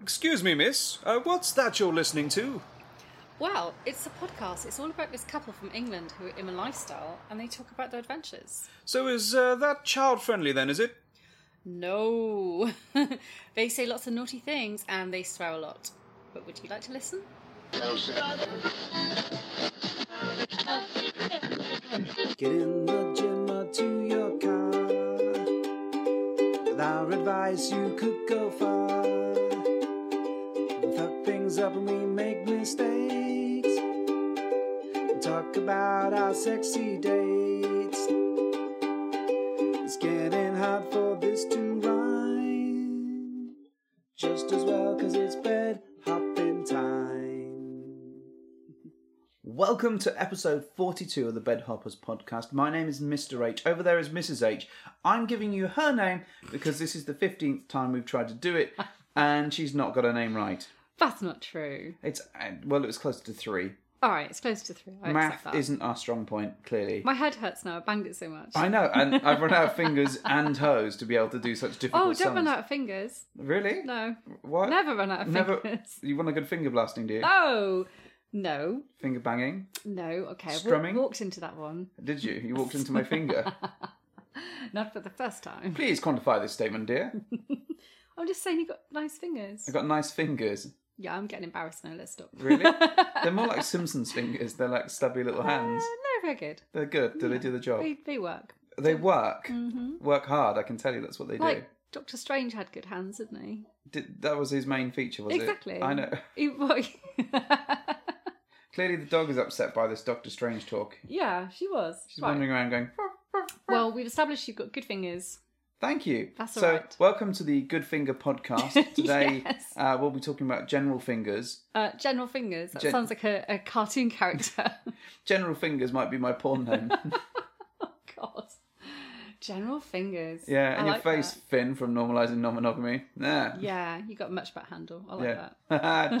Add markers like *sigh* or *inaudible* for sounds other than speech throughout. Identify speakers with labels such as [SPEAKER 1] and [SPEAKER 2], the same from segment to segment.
[SPEAKER 1] Excuse me, miss. Uh, what's that you're listening to?
[SPEAKER 2] Well, it's a podcast. It's all about this couple from England who are in a lifestyle and they talk about their adventures.
[SPEAKER 1] So is uh, that child friendly then, is it?
[SPEAKER 2] No. *laughs* they say lots of naughty things and they swear a lot. But would you like to listen?
[SPEAKER 3] Get in the gym or to your car. With our advice, you could go far. We fuck things up and we make mistakes. We talk about our sexy dates. It's getting hard for this to rhyme. Just as well, cause it's bed hopping time. Welcome to episode 42 of the Bed Hoppers podcast. My name is Mr. H. Over there is Mrs. H. I'm giving you her name because this is the 15th time we've tried to do it and she's not got her name right.
[SPEAKER 2] That's not true.
[SPEAKER 3] It's, uh, well, it was close to three.
[SPEAKER 2] All right, it's close to three. I
[SPEAKER 3] Math
[SPEAKER 2] accept that.
[SPEAKER 3] isn't our strong point, clearly.
[SPEAKER 2] My head hurts now. I banged it so much.
[SPEAKER 3] I know, and I've run out of fingers and toes to be able to do such difficult
[SPEAKER 2] oh, don't
[SPEAKER 3] sums.
[SPEAKER 2] run out of fingers.
[SPEAKER 3] Really?
[SPEAKER 2] No,
[SPEAKER 3] What?
[SPEAKER 2] never run out of
[SPEAKER 3] Never-
[SPEAKER 2] fingers. *laughs*
[SPEAKER 3] You want a good finger blasting, do you?
[SPEAKER 2] Oh, no,
[SPEAKER 3] Finger banging?
[SPEAKER 2] no. Okay, I wa-
[SPEAKER 3] Strumming?
[SPEAKER 2] walked into that one.
[SPEAKER 3] Did you? You walked into my finger.
[SPEAKER 2] Not for the first time.
[SPEAKER 3] Please quantify this statement, dear.
[SPEAKER 2] I'm just saying you got nice fingers.
[SPEAKER 3] I've got nice fingers.
[SPEAKER 2] Yeah, I'm getting embarrassed now. Let's stop. *laughs*
[SPEAKER 3] Really? They're more like Simpsons fingers. They're like stubby little hands.
[SPEAKER 2] Uh, no, they're good.
[SPEAKER 3] They're good. Do they do the job?
[SPEAKER 2] They, they work.
[SPEAKER 3] They work. Work hard. I can tell you that's what they do.
[SPEAKER 2] Like Doctor Strange had good hands, didn't he?
[SPEAKER 3] Did, that was his main feature, was it?
[SPEAKER 2] exactly.
[SPEAKER 3] I know. *laughs*
[SPEAKER 2] He- well, *laughs*
[SPEAKER 3] Clearly, the dog is upset by this Doctor Strange talk.
[SPEAKER 2] yeah, she was.
[SPEAKER 3] She's
[SPEAKER 2] Right.
[SPEAKER 3] wandering around going. "Fuck."
[SPEAKER 2] Well, we've established you've got good fingers.
[SPEAKER 3] Thank you.
[SPEAKER 2] That's all
[SPEAKER 3] so,
[SPEAKER 2] right.
[SPEAKER 3] welcome to the Good Finger
[SPEAKER 2] *laughs*
[SPEAKER 3] podcast. Today,
[SPEAKER 2] Yes.
[SPEAKER 3] uh, we'll be talking about general fingers.
[SPEAKER 2] Uh, general fingers. That
[SPEAKER 3] Gen-
[SPEAKER 2] sounds like a, a cartoon character. *laughs*
[SPEAKER 3] General fingers might be my porn name.
[SPEAKER 2] God. General fingers.
[SPEAKER 3] yeah,
[SPEAKER 2] I
[SPEAKER 3] and your
[SPEAKER 2] like
[SPEAKER 3] face,
[SPEAKER 2] that.
[SPEAKER 3] Finn from Normalizing Non Monogamy. Yeah.
[SPEAKER 2] Yeah, you got a much better handle. I like
[SPEAKER 3] Yeah.
[SPEAKER 2] that.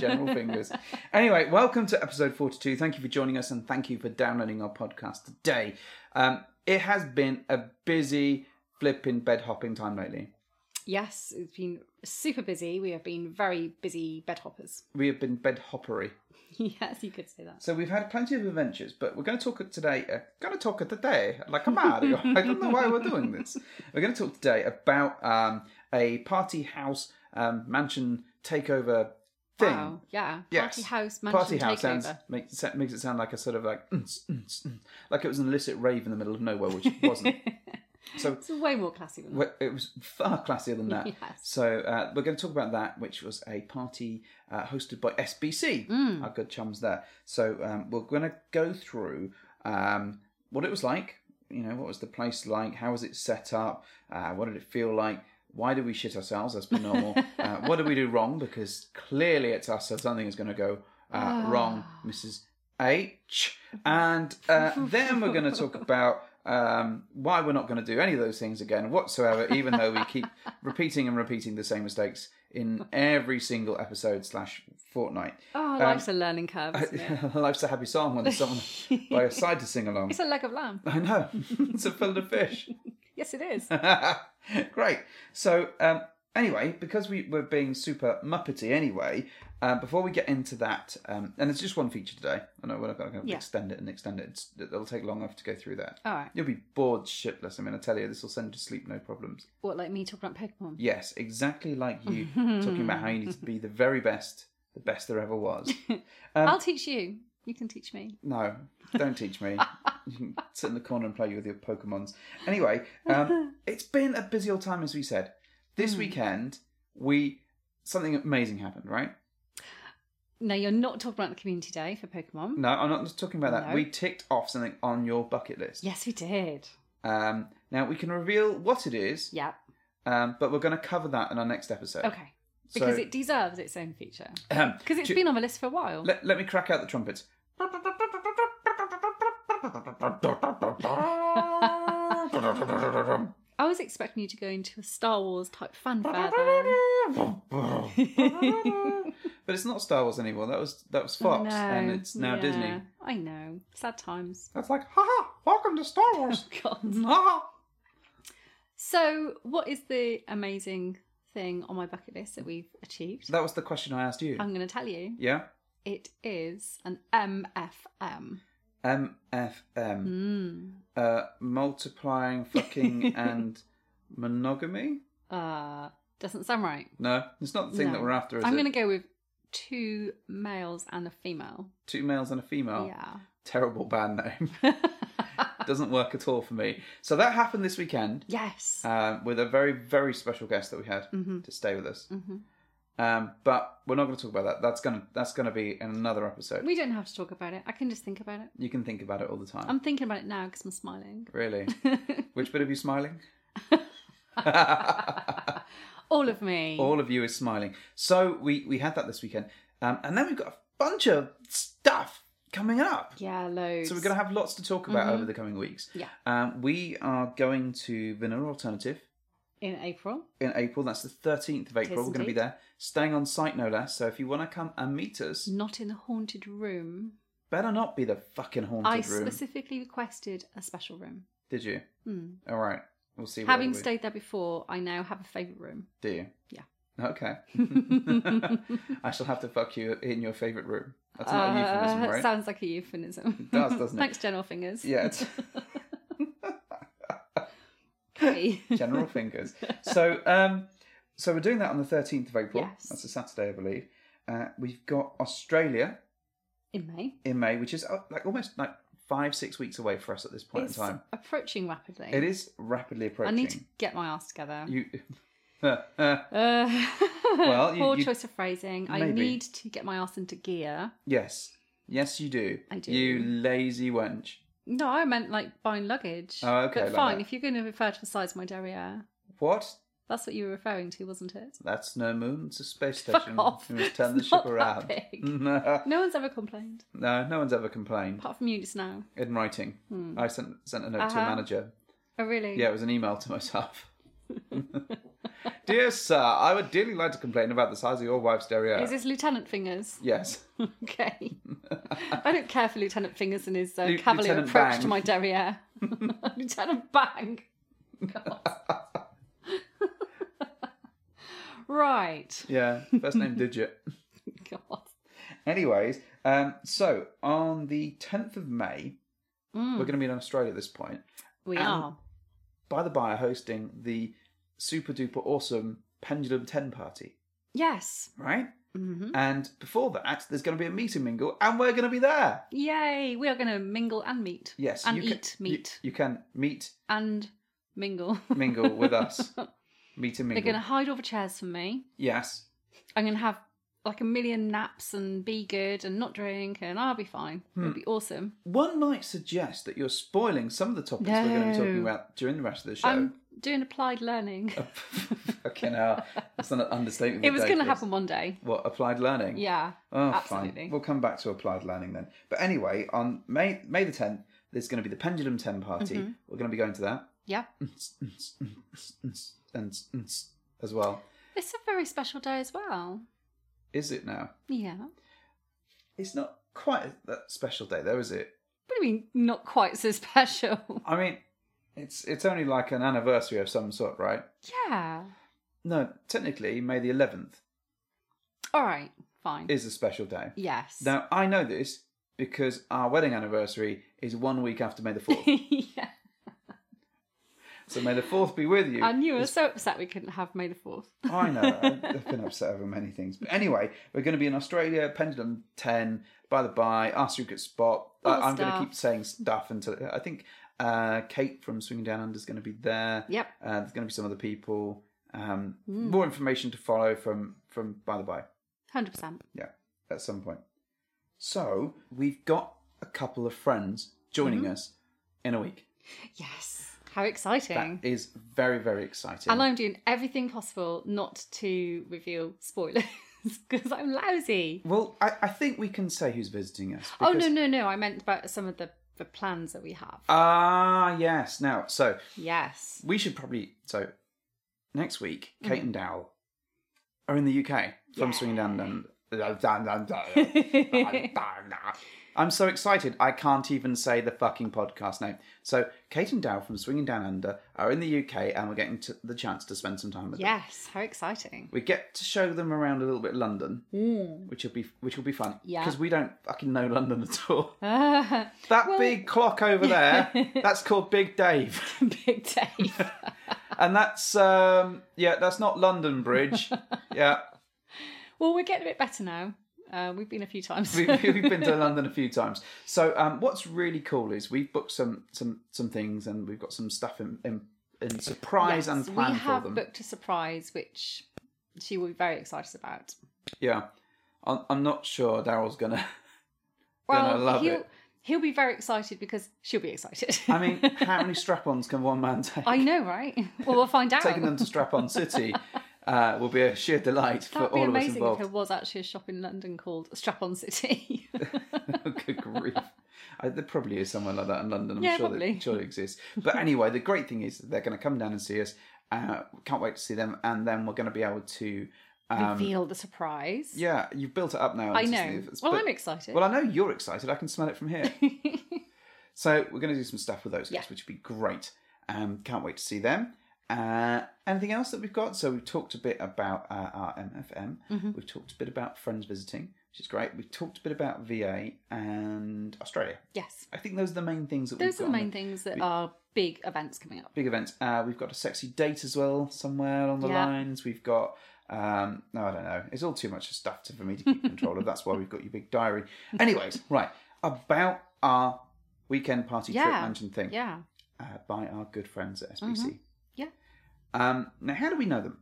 [SPEAKER 3] *laughs* General fingers. Anyway, welcome to episode 42. Thank you for joining us and thank you for downloading our podcast today. Um, it has been a busy flipping bed hopping time lately.
[SPEAKER 2] Yes, it's been super busy. We have been very busy bed hoppers. *laughs*
[SPEAKER 3] We have been bed hoppery.
[SPEAKER 2] yes, you could say that.
[SPEAKER 3] So we've had plenty of adventures, but we're going to talk today. Uh, going to talk today like a Mario. *laughs* I don't know why we're doing this. We're going to talk today about um, a party house um, mansion takeover thing.
[SPEAKER 2] Wow. Yeah.
[SPEAKER 3] Yes.
[SPEAKER 2] Party house, mansion
[SPEAKER 3] Party house
[SPEAKER 2] takeover.
[SPEAKER 3] sounds makes sa- makes it sound like a sort of like "Mm, mm, mm," like it was an illicit rave in the middle of nowhere,
[SPEAKER 2] *laughs*
[SPEAKER 3] which it wasn't. so
[SPEAKER 2] It's way more classy than that.
[SPEAKER 3] we- it was far classier than that.
[SPEAKER 2] Yes.
[SPEAKER 3] So uh, we're going to talk about that, which was a party uh, hosted by SBC,
[SPEAKER 2] Mm.
[SPEAKER 3] our good chums there. So um, we're going to go through um, what it was like. You know, what was the place like? How was it set up? Uh, what did it feel like? Why do we shit ourselves as per normal? uh, what did we do wrong? Because clearly it's us, so something is going to go uh, wrong,
[SPEAKER 2] Ah.
[SPEAKER 3] Mrs.
[SPEAKER 2] *laughs*
[SPEAKER 3] H. And uh, then we're going to talk about um, why we're not going to do any of those things again whatsoever, even though we
[SPEAKER 2] *laughs*
[SPEAKER 3] keep repeating and repeating the same mistakes in every single episode slash fortnight.
[SPEAKER 2] Oh,
[SPEAKER 3] um,
[SPEAKER 2] life's a learning
[SPEAKER 3] *laughs*
[SPEAKER 2] curve, isn't it?
[SPEAKER 3] Life's a happy song when there's someone
[SPEAKER 2] *laughs*
[SPEAKER 3] by your side to sing along.
[SPEAKER 2] It's a leg of lamb.
[SPEAKER 3] I know, *laughs* it's a fillet of fish.
[SPEAKER 2] Yes,
[SPEAKER 3] *laughs*
[SPEAKER 2] it is.
[SPEAKER 3] Great. So, um, anyway, because we were being super muppety anyway, uh, before we get into that, um, and it's just one feature today. I know we're not going to
[SPEAKER 2] Yeah.
[SPEAKER 3] extend it and extend it. It's, it'll take long enough to go through that.
[SPEAKER 2] All right.
[SPEAKER 3] You'll be bored shitless. I mean, I tell you, this will send you to sleep, no problems.
[SPEAKER 2] What, like me talking about Pokemon?
[SPEAKER 3] Yes, exactly like you talking about how you need to be the very best, the best there ever was. Um,
[SPEAKER 2] I'll teach you. You can teach me.
[SPEAKER 3] No, don't teach me. you
[SPEAKER 2] *laughs*
[SPEAKER 3] can sit in the corner and play with your Pokemons. Anyway,
[SPEAKER 2] *laughs*
[SPEAKER 3] um, it's been a busy old time, as we said.
[SPEAKER 2] Hmm.
[SPEAKER 3] This weekend, we something amazing happened, right?
[SPEAKER 2] No, you're not talking about the community day for Pokemon.
[SPEAKER 3] No, I'm not just talking about that.
[SPEAKER 2] No.
[SPEAKER 3] We ticked off something on your bucket list.
[SPEAKER 2] Yes, we did.
[SPEAKER 3] Um, now we can reveal what it is,
[SPEAKER 2] Yeah.
[SPEAKER 3] um, but we're going to cover that in our next episode.
[SPEAKER 2] Okay. Because
[SPEAKER 3] So-
[SPEAKER 2] it deserves its own feature.
[SPEAKER 3] Ahem.
[SPEAKER 2] Because it's
[SPEAKER 3] Do-
[SPEAKER 2] been on the list for a while.
[SPEAKER 3] Let, let me crack out the
[SPEAKER 2] *laughs*
[SPEAKER 3] trumpets.
[SPEAKER 2] I was expecting you to go into a Star Wars type fanfare then. *laughs*
[SPEAKER 3] But it's not Star Wars anymore. That was that was Fox,
[SPEAKER 2] No,
[SPEAKER 3] and it's now
[SPEAKER 2] yeah,
[SPEAKER 3] Disney.
[SPEAKER 2] I know. Sad times. *laughs*
[SPEAKER 3] That's like, haha, welcome to Star Wars.
[SPEAKER 2] God.
[SPEAKER 3] Ha ha.
[SPEAKER 2] So, what is the amazing thing on my bucket list that we've achieved?
[SPEAKER 3] That was the question I asked you.
[SPEAKER 2] I'm going to tell you.
[SPEAKER 3] yeah?
[SPEAKER 2] It is an MFM.
[SPEAKER 3] MFM.
[SPEAKER 2] Hmm.
[SPEAKER 3] Uh, multiplying
[SPEAKER 2] *laughs*
[SPEAKER 3] fucking and monogamy?
[SPEAKER 2] Uh, doesn't sound right.
[SPEAKER 3] No, it's not the thing
[SPEAKER 2] No.
[SPEAKER 3] that we're after, is
[SPEAKER 2] I'm
[SPEAKER 3] it?
[SPEAKER 2] going to go with two males and a female.
[SPEAKER 3] Two males and a female.
[SPEAKER 2] Yeah.
[SPEAKER 3] Terrible band
[SPEAKER 2] *laughs*
[SPEAKER 3] name. *laughs* Doesn't work at all for me. So that happened this weekend
[SPEAKER 2] Yes.
[SPEAKER 3] uh, with a very, very special guest that we had
[SPEAKER 2] Mm-hmm.
[SPEAKER 3] to stay with us. Um, but we're not going to talk about that. That's gonna that's gonna be in another episode.
[SPEAKER 2] we don't have to talk about it. I can just think about it.
[SPEAKER 3] You can think about it all the time.
[SPEAKER 2] I'm thinking about it now because I'm smiling. *laughs*
[SPEAKER 3] Really? Which bit of you smiling?
[SPEAKER 2] All of me.
[SPEAKER 3] All of you is smiling. So we we had that this weekend, um, and then we've got a bunch of stuff coming up.
[SPEAKER 2] yeah, loads.
[SPEAKER 3] So we're going to have lots to talk about over the coming weeks.
[SPEAKER 2] Mm-hmm. Yeah.
[SPEAKER 3] Um, we are going to Vanilla Alternative
[SPEAKER 2] In April.
[SPEAKER 3] in April. That's the 13th of April.
[SPEAKER 2] Yes,
[SPEAKER 3] We're going to be
[SPEAKER 2] indeed.
[SPEAKER 3] there, staying on site no less. So if you want to come and meet us,
[SPEAKER 2] Not in the haunted room.
[SPEAKER 3] better not be the fucking haunted
[SPEAKER 2] I
[SPEAKER 3] room.
[SPEAKER 2] specifically requested a special room.
[SPEAKER 3] Did you?
[SPEAKER 2] Hmm.
[SPEAKER 3] All right. We'll see. whether
[SPEAKER 2] Having
[SPEAKER 3] we-
[SPEAKER 2] stayed there before, I now have a favourite room.
[SPEAKER 3] Do you?
[SPEAKER 2] Yeah. *laughs*
[SPEAKER 3] Okay. I shall have to fuck you in your favourite room. That's not a euphemism,
[SPEAKER 2] Uh,
[SPEAKER 3] right?
[SPEAKER 2] Sounds like a euphemism.
[SPEAKER 3] It does,
[SPEAKER 2] *laughs*
[SPEAKER 3] doesn't it?
[SPEAKER 2] Thanks, General Fingers.
[SPEAKER 3] Yeah. It's...
[SPEAKER 2] Okay.
[SPEAKER 3] *laughs* General fingers. So, um, so we're doing that on the 13th of April.
[SPEAKER 2] Yes.
[SPEAKER 3] That's a Saturday, I believe. Uh, we've got Australia
[SPEAKER 2] in May.
[SPEAKER 3] in May, which is uh, like almost like five, six weeks away for us at this point
[SPEAKER 2] It's
[SPEAKER 3] in time.
[SPEAKER 2] approaching rapidly.
[SPEAKER 3] It is rapidly
[SPEAKER 2] I
[SPEAKER 3] approaching.
[SPEAKER 2] need to get my ass together.
[SPEAKER 3] You. *laughs* Uh,
[SPEAKER 2] Uh, *laughs*
[SPEAKER 3] Well, you-
[SPEAKER 2] poor
[SPEAKER 3] you-
[SPEAKER 2] choice of phrasing. I
[SPEAKER 3] Maybe.
[SPEAKER 2] need to get my ass into gear.
[SPEAKER 3] yes. Yes, you do.
[SPEAKER 2] I do.
[SPEAKER 3] You lazy wench.
[SPEAKER 2] No, I meant like buying luggage.
[SPEAKER 3] Oh, okay,
[SPEAKER 2] But
[SPEAKER 3] like
[SPEAKER 2] fine,
[SPEAKER 3] that.
[SPEAKER 2] if you're going to refer to the size of my derriere,
[SPEAKER 3] What?
[SPEAKER 2] that's what you were referring to, wasn't it?
[SPEAKER 3] That's no moon. It's a space
[SPEAKER 2] Fuck
[SPEAKER 3] station.
[SPEAKER 2] off.
[SPEAKER 3] You must turn the
[SPEAKER 2] It's not
[SPEAKER 3] ship
[SPEAKER 2] that
[SPEAKER 3] around. *laughs*
[SPEAKER 2] big.
[SPEAKER 3] no,
[SPEAKER 2] No one's ever complained,
[SPEAKER 3] no one's ever complained
[SPEAKER 2] apart from you just now.
[SPEAKER 3] in writing. I sent sent a note to a
[SPEAKER 2] Hmm. Uh-huh.
[SPEAKER 3] manager.
[SPEAKER 2] Oh, really?
[SPEAKER 3] Yeah, it was an email to
[SPEAKER 2] *laughs*
[SPEAKER 3] myself. Dear sir, I would dearly like to complain about the size of your wife's derriere.
[SPEAKER 2] Is this Lieutenant Fingers?
[SPEAKER 3] yes,
[SPEAKER 2] Okay. I don't care for Lieutenant Fingers and his uh,
[SPEAKER 3] Lieu-
[SPEAKER 2] cavalier
[SPEAKER 3] Lieutenant
[SPEAKER 2] approach to
[SPEAKER 3] Bang. *laughs*
[SPEAKER 2] my derriere. Lieutenant Bang. God. right.
[SPEAKER 3] yeah, first
[SPEAKER 2] *laughs*
[SPEAKER 3] name digit.
[SPEAKER 2] God.
[SPEAKER 3] Anyways, um, so on the 10th of May,
[SPEAKER 2] Hmm.
[SPEAKER 3] we're going to be in Australia at this point.
[SPEAKER 2] We
[SPEAKER 3] Um,
[SPEAKER 2] are.
[SPEAKER 3] By the by, hosting the super duper awesome Pendulum 10 party,
[SPEAKER 2] Yes.
[SPEAKER 3] right? Mm-hmm. And before that, there's going to be a meet and mingle, and we're going to be there.
[SPEAKER 2] Yay. We are going to mingle and meet.
[SPEAKER 3] Yes,
[SPEAKER 2] And
[SPEAKER 3] you can-
[SPEAKER 2] eat
[SPEAKER 3] you-
[SPEAKER 2] meat.
[SPEAKER 3] You, can meet,
[SPEAKER 2] And mingle.
[SPEAKER 3] mingle with us. Meet and
[SPEAKER 2] *laughs* They're
[SPEAKER 3] mingle.
[SPEAKER 2] going to hide all the chairs from me.
[SPEAKER 3] Yes,
[SPEAKER 2] I'm going to have like a million naps and be good and not drink and I'll be fine.
[SPEAKER 3] Hmm.
[SPEAKER 2] It'll be awesome.
[SPEAKER 3] One might suggest that you're spoiling some of the topics we're going to be talking
[SPEAKER 2] No.
[SPEAKER 3] about during the rest of the show.
[SPEAKER 2] I'm doing applied learning.
[SPEAKER 3] *laughs* Fucking hell. That's an understatement.
[SPEAKER 2] it
[SPEAKER 3] of the
[SPEAKER 2] was
[SPEAKER 3] day,
[SPEAKER 2] going to
[SPEAKER 3] Chris.
[SPEAKER 2] happen one day.
[SPEAKER 3] What, applied learning?
[SPEAKER 2] Yeah.
[SPEAKER 3] Oh,
[SPEAKER 2] absolutely.
[SPEAKER 3] fine. We'll come back to applied learning then. But anyway, on May May the 10th, there's going to be the Pendulum 10 party.
[SPEAKER 2] Mm-hmm.
[SPEAKER 3] We're going to be going to that. *laughs*
[SPEAKER 2] Yeah.
[SPEAKER 3] And as well.
[SPEAKER 2] It's a very special day as well.
[SPEAKER 3] Is it now?
[SPEAKER 2] Yeah.
[SPEAKER 3] It's not quite that special day, though, is it?
[SPEAKER 2] What do you mean, not quite so *laughs* special?
[SPEAKER 3] I mean, it's it's only like an anniversary of some sort, right?
[SPEAKER 2] yeah.
[SPEAKER 3] No, technically, May the 11th
[SPEAKER 2] All right. Fine.
[SPEAKER 3] is a special day.
[SPEAKER 2] yes.
[SPEAKER 3] Now, I know this because our wedding anniversary is one week after May the
[SPEAKER 2] *laughs*
[SPEAKER 3] 4th.
[SPEAKER 2] *laughs* yeah.
[SPEAKER 3] so may the 4th be with you.
[SPEAKER 2] And you were so upset we couldn't have May the 4th.
[SPEAKER 3] I know, I- I've been upset over many things. But anyway, we're going to be in Australia, Pendulum 10, by the by, Our Secret Spot.
[SPEAKER 2] All
[SPEAKER 3] I, I'm going to
[SPEAKER 2] stuff.
[SPEAKER 3] keep saying stuff until I think uh, Kate from Swinging Down Under is going to be there.
[SPEAKER 2] Yep. Hmm.
[SPEAKER 3] Uh, there's going to be some other people. Um, More information to follow from from by the by.
[SPEAKER 2] 100%.
[SPEAKER 3] Yeah, at some point. So we've got a couple of friends joining
[SPEAKER 2] Mm-hmm.
[SPEAKER 3] us in a week.
[SPEAKER 2] Yes. How exciting.
[SPEAKER 3] That is very, very exciting.
[SPEAKER 2] And I'm doing everything possible not to reveal spoilers *laughs* because I'm lousy.
[SPEAKER 3] well, I, I think we can say who's visiting us.
[SPEAKER 2] Oh, no,
[SPEAKER 3] because-
[SPEAKER 2] no, no. I meant about some of the, the plans that we have.
[SPEAKER 3] Ah, yes. Now, so
[SPEAKER 2] yes.
[SPEAKER 3] we should probably. So next week, Kate and Dowell are in the UK from Swinging Down. Down- Down- Down- Down- Down- Down- Down- I'm so excited, I can't even say the fucking podcast name. So, Kate and Dow from Swinging Down Under are in the UK and we're getting to the chance to spend some time with them.
[SPEAKER 2] Yes, how exciting.
[SPEAKER 3] We get to show them around a little bit London, which will be which will be fun.
[SPEAKER 2] Hmm. Yeah.
[SPEAKER 3] Because we don't fucking know London at
[SPEAKER 2] *laughs*
[SPEAKER 3] all.
[SPEAKER 2] Ah,
[SPEAKER 3] That big clock over there,
[SPEAKER 2] *laughs*
[SPEAKER 3] that's called Big Dave.
[SPEAKER 2] *laughs* Big *laughs* Dave.
[SPEAKER 3] And that's um yeah, that's not London Bridge.
[SPEAKER 2] *laughs*
[SPEAKER 3] yeah.
[SPEAKER 2] well, we're getting a bit better now. Uh, we've been a few times. *laughs*
[SPEAKER 3] we, we've been to London a few times. So um, what's really cool is we've booked some some some things and we've got some stuff in in, in surprise and
[SPEAKER 2] Yes,
[SPEAKER 3] plan
[SPEAKER 2] we
[SPEAKER 3] for
[SPEAKER 2] have
[SPEAKER 3] them.
[SPEAKER 2] booked a surprise, which she will be very excited about.
[SPEAKER 3] Yeah, I'm, I'm not sure Daryl's gonna. Gonna
[SPEAKER 2] Well,
[SPEAKER 3] love
[SPEAKER 2] he'll
[SPEAKER 3] it.
[SPEAKER 2] he'll be very excited because she'll be excited.
[SPEAKER 3] *laughs* I mean, how
[SPEAKER 2] *laughs*
[SPEAKER 3] many strap-ons can one man take?
[SPEAKER 2] I know, right? Well, we'll find out.
[SPEAKER 3] Taking them to Strap-on City uh, will be a sheer delight for
[SPEAKER 2] That'd be
[SPEAKER 3] all of us
[SPEAKER 2] amazing if
[SPEAKER 3] involved.
[SPEAKER 2] there was actually a shop in London called Strap On City. *laughs*
[SPEAKER 3] *laughs* Good grief. I, there probably is somewhere like that in London. I'm
[SPEAKER 2] Yeah,
[SPEAKER 3] sure,
[SPEAKER 2] probably.
[SPEAKER 3] That, sure it exists. But anyway, the great thing is that they're going to come down and see us. Uh, can't wait to see them. And then we're going to be able to. Um,
[SPEAKER 2] Reveal the surprise.
[SPEAKER 3] Yeah, you've built it up now.
[SPEAKER 2] I
[SPEAKER 3] Auntie
[SPEAKER 2] know.
[SPEAKER 3] Sniff,
[SPEAKER 2] Well,
[SPEAKER 3] but-
[SPEAKER 2] I'm excited.
[SPEAKER 3] Well, I know you're excited. I can smell it from
[SPEAKER 2] *laughs*
[SPEAKER 3] here. so we're going to do some stuff with those guys,
[SPEAKER 2] Yeah.
[SPEAKER 3] which would be great. Um, can't wait to see them. Uh, anything else that we've got? So we've talked a bit about uh, our MFM.
[SPEAKER 2] Mm-hmm.
[SPEAKER 3] We've talked a bit about friends visiting, which is great. We've talked a bit about VA and Australia.
[SPEAKER 2] yes.
[SPEAKER 3] I think those are the main things that we've
[SPEAKER 2] Those
[SPEAKER 3] got
[SPEAKER 2] are the
[SPEAKER 3] on
[SPEAKER 2] main things that are big events coming up.
[SPEAKER 3] Big events. Uh, we've got a sexy date as well somewhere along the
[SPEAKER 2] Yeah.
[SPEAKER 3] lines. We've got. Um, no, I don't know. It's all too much stuff to, for me to keep control of. That's why we've got your big diary. Anyways, *laughs* right about our weekend party trip
[SPEAKER 2] Yeah.
[SPEAKER 3] mansion thing
[SPEAKER 2] Yeah. Mm-hmm.
[SPEAKER 3] uh, by our good friends at SBC.
[SPEAKER 2] Yeah.
[SPEAKER 3] Um, now, how do we know them?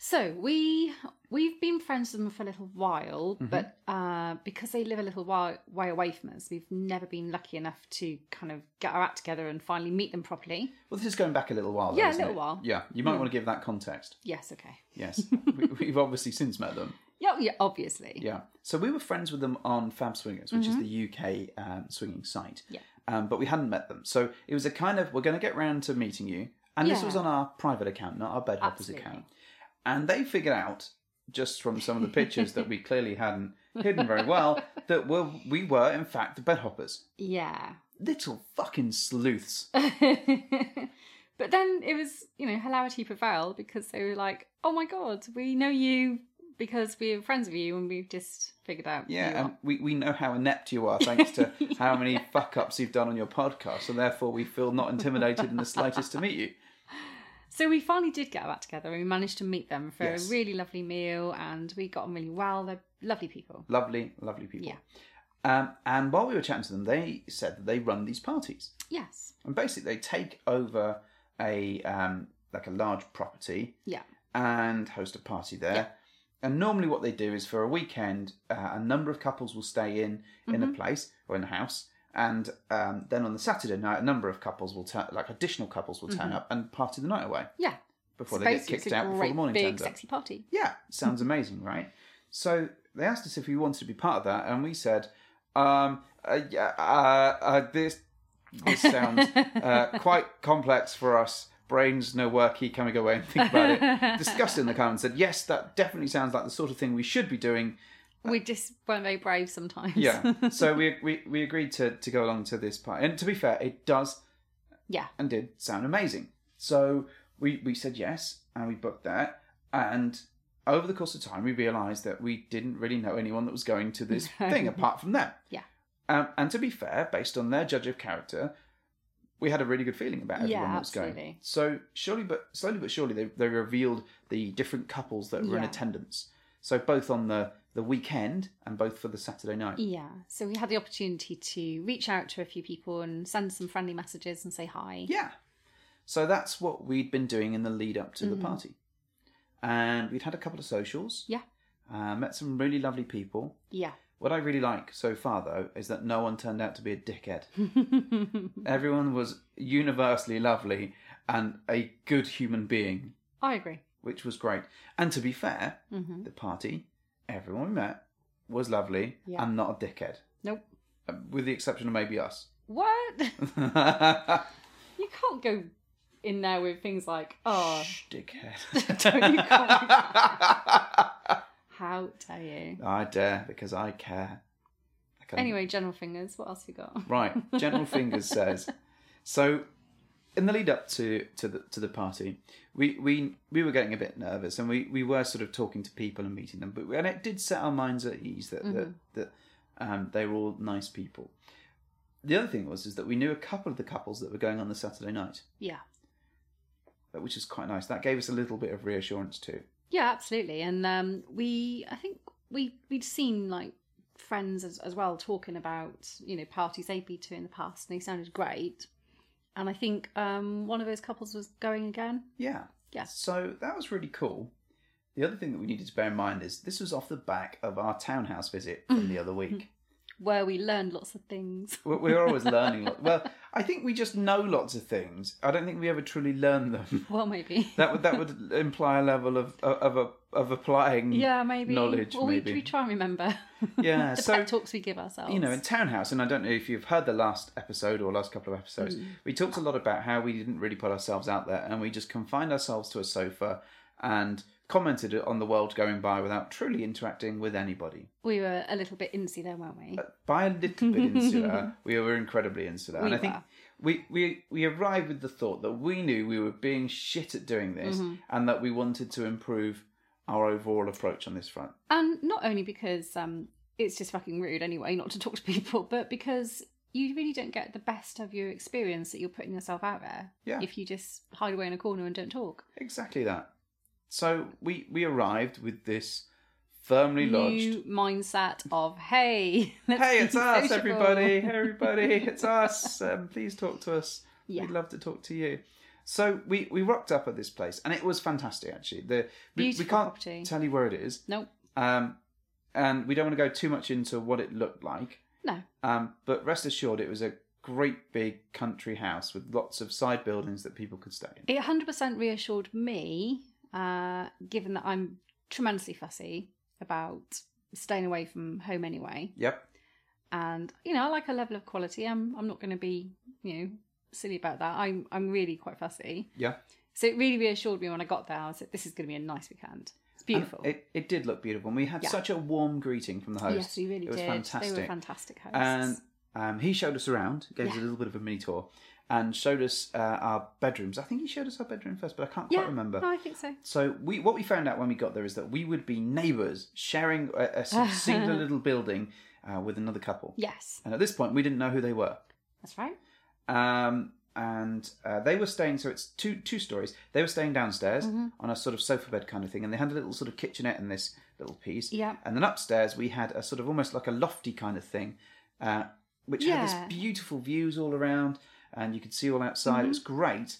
[SPEAKER 2] So we we've been friends with them for a little while,
[SPEAKER 3] Mm-hmm.
[SPEAKER 2] but uh, because they live a little while, way away from us, we've never been lucky enough to kind of get our act together and finally meet them properly.
[SPEAKER 3] Well, this is going back a little while. Though,
[SPEAKER 2] Yeah, a
[SPEAKER 3] isn't
[SPEAKER 2] little
[SPEAKER 3] it?
[SPEAKER 2] while. Mm.
[SPEAKER 3] Yeah, you might want to give that context.
[SPEAKER 2] Yes. Okay.
[SPEAKER 3] Yes,
[SPEAKER 2] *laughs*
[SPEAKER 3] we, we've obviously since met them.
[SPEAKER 2] Yeah. Yeah. Obviously.
[SPEAKER 3] Yeah. So we were friends with them on Fab Swingers, which is the UK um, swinging site.
[SPEAKER 2] Mm-hmm. Yeah.
[SPEAKER 3] Um, but we hadn't met them. So it was a kind of, we're going to get round to meeting you. And this
[SPEAKER 2] Yeah.
[SPEAKER 3] was on our private account, not our Bed Hoppers
[SPEAKER 2] Absolutely.
[SPEAKER 3] account. And they figured out, just from some of the pictures that
[SPEAKER 2] *laughs*
[SPEAKER 3] we clearly hadn't hidden very well, that we're, we were, in fact, the Bed Hoppers.
[SPEAKER 2] Yeah.
[SPEAKER 3] Little fucking sleuths.
[SPEAKER 2] but then it was, you know, hilarity prevailed because they were like, "Oh my god, we know you because we're friends with you, and we've just figured out."
[SPEAKER 3] Yeah,
[SPEAKER 2] *laughs* you
[SPEAKER 3] and
[SPEAKER 2] are."
[SPEAKER 3] we, we know how inept you are thanks
[SPEAKER 2] *laughs*
[SPEAKER 3] to how many fuck ups you've done on your podcast, so therefore we feel not intimidated in the slightest to meet you.
[SPEAKER 2] So we finally did get our act together, and we managed to meet them for
[SPEAKER 3] Yes.
[SPEAKER 2] a really lovely meal, and we got on really well. They're lovely people.
[SPEAKER 3] Lovely, lovely people.
[SPEAKER 2] Yeah.
[SPEAKER 3] Um, and while we were chatting to them, they said that they run these parties,
[SPEAKER 2] Yes.
[SPEAKER 3] and basically they take over a um, like a large property
[SPEAKER 2] Yeah.
[SPEAKER 3] and host a party there.
[SPEAKER 2] Yeah.
[SPEAKER 3] And normally, what they do is for a weekend, uh, a number of couples will stay in in
[SPEAKER 2] Mm-hmm.
[SPEAKER 3] a place or in a house, and um, then on the Saturday night, a number of couples will turn, like additional couples will turn up and party the night away
[SPEAKER 2] Yeah.
[SPEAKER 3] before they
[SPEAKER 2] Mm-hmm. So
[SPEAKER 3] get
[SPEAKER 2] basically, it's
[SPEAKER 3] kicked
[SPEAKER 2] a
[SPEAKER 3] out before the
[SPEAKER 2] great
[SPEAKER 3] morning
[SPEAKER 2] big
[SPEAKER 3] turns up.
[SPEAKER 2] sexy party.
[SPEAKER 3] Yeah, sounds amazing, right? So they asked us if we wanted to be part of that, and we said, um, uh, yeah, uh, uh, this this sounds uh, quite complex for us. Brains no worky. Can we go away and think about it? Discussed it in the car and said, yes, that definitely sounds like the sort of thing we should be doing.
[SPEAKER 2] We just weren't very brave sometimes. *laughs*
[SPEAKER 3] Yeah. so we we, we agreed to, to go along to this part. And to be fair, it does
[SPEAKER 2] yeah.
[SPEAKER 3] and did sound amazing. So we, we said yes and we booked that. And over the course of time, we realised that we didn't really know anyone that was going to
[SPEAKER 2] *laughs*
[SPEAKER 3] this thing apart from them.
[SPEAKER 2] Yeah.
[SPEAKER 3] Um, and to be fair, based on their judge of character, we had a really good feeling about everyone
[SPEAKER 2] Yeah,
[SPEAKER 3] that was going.
[SPEAKER 2] absolutely.
[SPEAKER 3] So surely, but slowly but surely, they, they revealed the different couples that were in
[SPEAKER 2] Yeah.
[SPEAKER 3] attendance. So both on the, the weekend and both for the Saturday night.
[SPEAKER 2] Yeah. So we had the opportunity to reach out to a few people and send some friendly messages and say hi.
[SPEAKER 3] Yeah. So that's what we'd been doing in the lead up to
[SPEAKER 2] Mm.
[SPEAKER 3] the party. And we'd had a couple of socials,
[SPEAKER 2] Yeah.
[SPEAKER 3] uh, met some really lovely people.
[SPEAKER 2] Yeah.
[SPEAKER 3] What I really like so far, though, is that no one turned out to be a
[SPEAKER 2] *laughs*
[SPEAKER 3] dickhead. Everyone was universally lovely and a good human being,
[SPEAKER 2] I agree.
[SPEAKER 3] which was great. And to be fair,
[SPEAKER 2] Mhm.
[SPEAKER 3] the party, everyone we met, was lovely
[SPEAKER 2] Yeah.
[SPEAKER 3] and not a dickhead,
[SPEAKER 2] Nope.
[SPEAKER 3] uh, with the exception of maybe us. *laughs*
[SPEAKER 2] What? *laughs* Oh. You can't go in there with things like, oh,
[SPEAKER 3] Shh, dickhead.
[SPEAKER 2] *laughs* don't you call me-
[SPEAKER 3] *laughs*
[SPEAKER 2] How dare you?
[SPEAKER 3] I dare because I care. I Can-
[SPEAKER 2] Anyway, general fingers. What else you got?
[SPEAKER 3] Right, General Fingers says. So, in the lead up to to the to the party, we we we were getting a bit nervous, and we we were sort of talking to people and meeting them, but we, and it did set our minds at ease that that, that um, they were all nice people. The other thing was is that we knew a couple of the couples that were going on the Saturday night,
[SPEAKER 2] Yeah.
[SPEAKER 3] uh, which is quite nice. That gave us a little bit of reassurance too.
[SPEAKER 2] Yeah, absolutely. And um, we, I think we we'd seen like friends as, as well talking about you know parties they'd been to in the past, and they sounded great. And I think um, one of those couples was going again.
[SPEAKER 3] Yeah.
[SPEAKER 2] Yeah.
[SPEAKER 3] So that was really cool. The other thing that we needed to bear in mind is this was off the back of our townhouse visit from the other week.
[SPEAKER 2] where we learned lots of things. *laughs*
[SPEAKER 3] We- We're always learning. Lot. Well, I think we just know lots of things. I don't think we ever truly learn them.
[SPEAKER 2] Well, maybe.
[SPEAKER 3] That would that would imply a level of of of, of applying.
[SPEAKER 2] yeah, maybe.
[SPEAKER 3] knowledge,
[SPEAKER 2] Well,
[SPEAKER 3] maybe.
[SPEAKER 2] We, we try and remember.
[SPEAKER 3] *laughs* Yeah,
[SPEAKER 2] *laughs* the
[SPEAKER 3] so-
[SPEAKER 2] pep talks we give ourselves.
[SPEAKER 3] You know, in Townhouse, and I don't know if you've heard the last episode or last couple of episodes,
[SPEAKER 2] Hmm.
[SPEAKER 3] we talked a lot about how we didn't really put ourselves out there and we just confined ourselves to a sofa and commented on the world going by without truly interacting with anybody.
[SPEAKER 2] we were a little bit insular, weren't we?
[SPEAKER 3] by a little
[SPEAKER 2] *laughs*
[SPEAKER 3] bit insular. we were incredibly insular, and
[SPEAKER 2] We
[SPEAKER 3] I think
[SPEAKER 2] were.
[SPEAKER 3] we we we arrived with the thought that we knew we were being shit at doing this,
[SPEAKER 2] Mm-hmm.
[SPEAKER 3] and that we wanted to improve our overall approach on this front.
[SPEAKER 2] And not only because um, it's just fucking rude anyway not to talk to people, but because you really don't get the best of your experience that you're putting yourself out there
[SPEAKER 3] Yeah.
[SPEAKER 2] if you just hide away in a corner and don't talk.
[SPEAKER 3] Exactly that. So we we arrived with this firmly lodged.
[SPEAKER 2] New mindset of hey, *laughs* let's
[SPEAKER 3] Hey,
[SPEAKER 2] be
[SPEAKER 3] it's us,
[SPEAKER 2] sociable."
[SPEAKER 3] everybody!
[SPEAKER 2] *laughs*
[SPEAKER 3] Hey, everybody, it's us. Um, please talk to us.
[SPEAKER 2] Yeah.
[SPEAKER 3] We'd love to talk to you. So we we rocked up at this place, and it was fantastic. Actually, the we, we
[SPEAKER 2] Beautiful
[SPEAKER 3] can't
[SPEAKER 2] property.
[SPEAKER 3] tell you where it is.
[SPEAKER 2] Nope,
[SPEAKER 3] Um, and we don't want to go too much into what it looked like.
[SPEAKER 2] no,
[SPEAKER 3] Um, but rest assured, it was a great big country house with lots of side buildings that people could stay in.
[SPEAKER 2] It 100% reassured me, uh, given that I'm tremendously fussy about staying away from home anyway.
[SPEAKER 3] Yep.
[SPEAKER 2] And, you know, I like a level of quality. I'm, I'm not going to be, you know, silly about that. I'm, I'm really quite fussy.
[SPEAKER 3] Yeah.
[SPEAKER 2] So it really reassured me when I got there. I said, this is going to be a nice weekend. It's beautiful.
[SPEAKER 3] And it, it did look beautiful. And we had
[SPEAKER 2] Yeah.
[SPEAKER 3] such a warm greeting from the host.
[SPEAKER 2] yes, we really
[SPEAKER 3] it was
[SPEAKER 2] did.
[SPEAKER 3] Fantastic.
[SPEAKER 2] They were fantastic hosts.
[SPEAKER 3] And um, he showed us around, gave us a
[SPEAKER 2] Yeah.
[SPEAKER 3] little bit of a mini tour, and showed us uh, our bedrooms. I think he showed us our bedroom first, but I can't
[SPEAKER 2] yeah,
[SPEAKER 3] quite remember.
[SPEAKER 2] No, I think so.
[SPEAKER 3] So we what we found out when we got there is that we would be neighbours sharing a, a sort of
[SPEAKER 2] *laughs*
[SPEAKER 3] singular little building uh, with another couple.
[SPEAKER 2] Yes,
[SPEAKER 3] And at this point, we didn't know who they were.
[SPEAKER 2] that's right.
[SPEAKER 3] Um, and uh, they were staying, so it's two two stories. They were staying downstairs
[SPEAKER 2] Mm-hmm.
[SPEAKER 3] on a sort of sofa bed kind of thing, and they had a little sort of kitchenette in this little piece.
[SPEAKER 2] Yeah. *laughs*
[SPEAKER 3] And then upstairs, we had a sort of almost like a lofty kind of thing, uh, which
[SPEAKER 2] Yeah.
[SPEAKER 3] had this beautiful views all around, and you could see all outside. It was
[SPEAKER 2] Mm-hmm.
[SPEAKER 3] great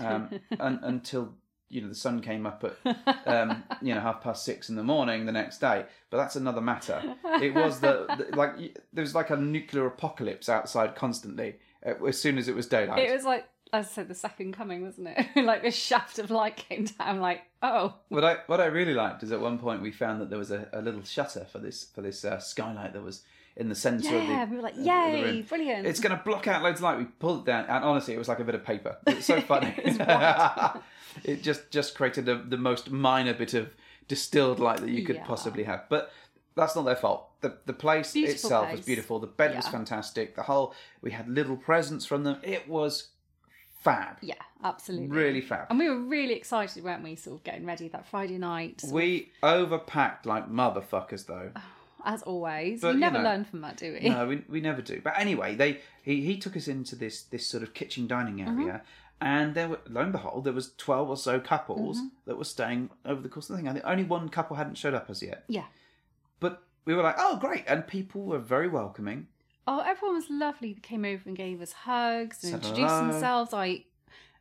[SPEAKER 3] um,
[SPEAKER 2] *laughs*
[SPEAKER 3] un- until. You know, the sun came up at um, you know half past six in the morning the next day, but that's another matter. It was the, the like y- there was like a nuclear apocalypse outside constantly uh, as soon as it was daylight.
[SPEAKER 2] It was like, as I said, the second coming, wasn't it? *laughs* like this shaft of light came down, like, oh.
[SPEAKER 3] What I what I really liked is at one point we found that there was a, a little shutter for this for this uh, skylight that was in the centre of the.
[SPEAKER 2] Yeah, we were like,
[SPEAKER 3] of the room.
[SPEAKER 2] yay, brilliant.
[SPEAKER 3] It's going to block out loads of light. We pulled it down, and honestly, it was like a bit of paper. It was
[SPEAKER 2] *laughs*
[SPEAKER 3] so funny.
[SPEAKER 2] It's wild.
[SPEAKER 3] *laughs* it just just created the the most minor bit of distilled light that you could
[SPEAKER 2] Yeah.
[SPEAKER 3] possibly have, but. That's not their fault. The the place
[SPEAKER 2] Beautiful
[SPEAKER 3] itself was
[SPEAKER 2] place.
[SPEAKER 3] beautiful. The bed was
[SPEAKER 2] Yeah.
[SPEAKER 3] fantastic. The whole we had little presents from them. It was fab.
[SPEAKER 2] Yeah, absolutely.
[SPEAKER 3] Really fab.
[SPEAKER 2] And we were really excited, weren't we, sort of getting ready that Friday night, sort
[SPEAKER 3] We overpacked like motherfuckers, though.
[SPEAKER 2] of, as always.
[SPEAKER 3] But,
[SPEAKER 2] we
[SPEAKER 3] you
[SPEAKER 2] never
[SPEAKER 3] know-
[SPEAKER 2] learn from that, do we?
[SPEAKER 3] No, we, we never do. But anyway, they he, he took us into this this sort of kitchen dining area, and there were lo and behold, there was twelve or so couples that were staying over the course of the thing. I think only one couple hadn't showed up as yet.
[SPEAKER 2] *laughs* Yeah.
[SPEAKER 3] But we were like, oh great, and people were very welcoming.
[SPEAKER 2] Oh, everyone was lovely. They came over and gave us hugs and
[SPEAKER 3] Said
[SPEAKER 2] introduced
[SPEAKER 3] hello.
[SPEAKER 2] themselves. I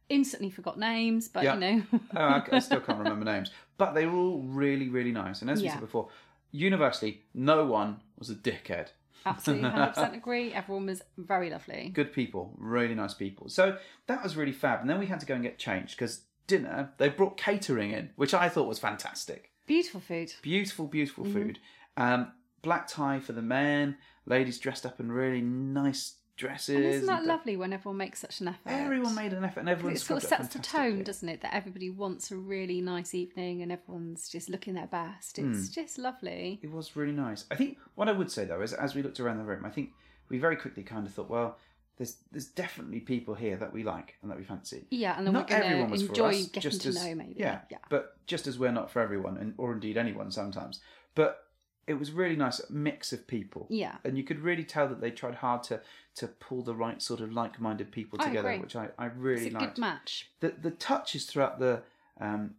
[SPEAKER 2] instantly forgot names, but
[SPEAKER 3] Yeah.
[SPEAKER 2] you know. *laughs*
[SPEAKER 3] Oh, I, I still can't remember names, but they were all really really nice. And as we
[SPEAKER 2] Yeah.
[SPEAKER 3] said before, universally, no one was a dickhead. *laughs*
[SPEAKER 2] Absolutely 100% agree. Everyone was very lovely.
[SPEAKER 3] Good people, really nice people. So that was really fab. And then we had to go and get changed because dinner they brought catering in, which I thought was fantastic.
[SPEAKER 2] Beautiful food.
[SPEAKER 3] beautiful, beautiful
[SPEAKER 2] Mm-hmm.
[SPEAKER 3] food. Um, black tie for the men, ladies dressed up in really nice dresses.
[SPEAKER 2] And isn't that
[SPEAKER 3] and
[SPEAKER 2] lovely when everyone makes such an effort?
[SPEAKER 3] Everyone made an effort, and everyone
[SPEAKER 2] it sort of
[SPEAKER 3] scrubbed up
[SPEAKER 2] sets the tone,
[SPEAKER 3] fantastically.
[SPEAKER 2] doesn't it? That everybody wants a really nice evening and everyone's just looking their best.
[SPEAKER 3] Hmm.
[SPEAKER 2] It's just lovely.
[SPEAKER 3] It was really nice. I think what I would say though is, as we looked around the room, I think we very quickly kind of thought, well, there's there's definitely people here that we like and that we fancy.
[SPEAKER 2] Yeah, and then
[SPEAKER 3] not
[SPEAKER 2] we're
[SPEAKER 3] everyone
[SPEAKER 2] going
[SPEAKER 3] was
[SPEAKER 2] to
[SPEAKER 3] for
[SPEAKER 2] enjoy
[SPEAKER 3] us,
[SPEAKER 2] getting
[SPEAKER 3] just
[SPEAKER 2] to
[SPEAKER 3] as-
[SPEAKER 2] know, maybe.
[SPEAKER 3] Yeah,
[SPEAKER 2] yeah.
[SPEAKER 3] But just as we're not for everyone, and or indeed anyone sometimes. But it was really nice mix of people.
[SPEAKER 2] Yeah.
[SPEAKER 3] And you could really tell that they tried hard to to pull the right sort of like minded people
[SPEAKER 2] I
[SPEAKER 3] together,
[SPEAKER 2] agree.
[SPEAKER 3] which I I
[SPEAKER 2] It's
[SPEAKER 3] really
[SPEAKER 2] a
[SPEAKER 3] liked.
[SPEAKER 2] good match.
[SPEAKER 3] The the touches throughout the um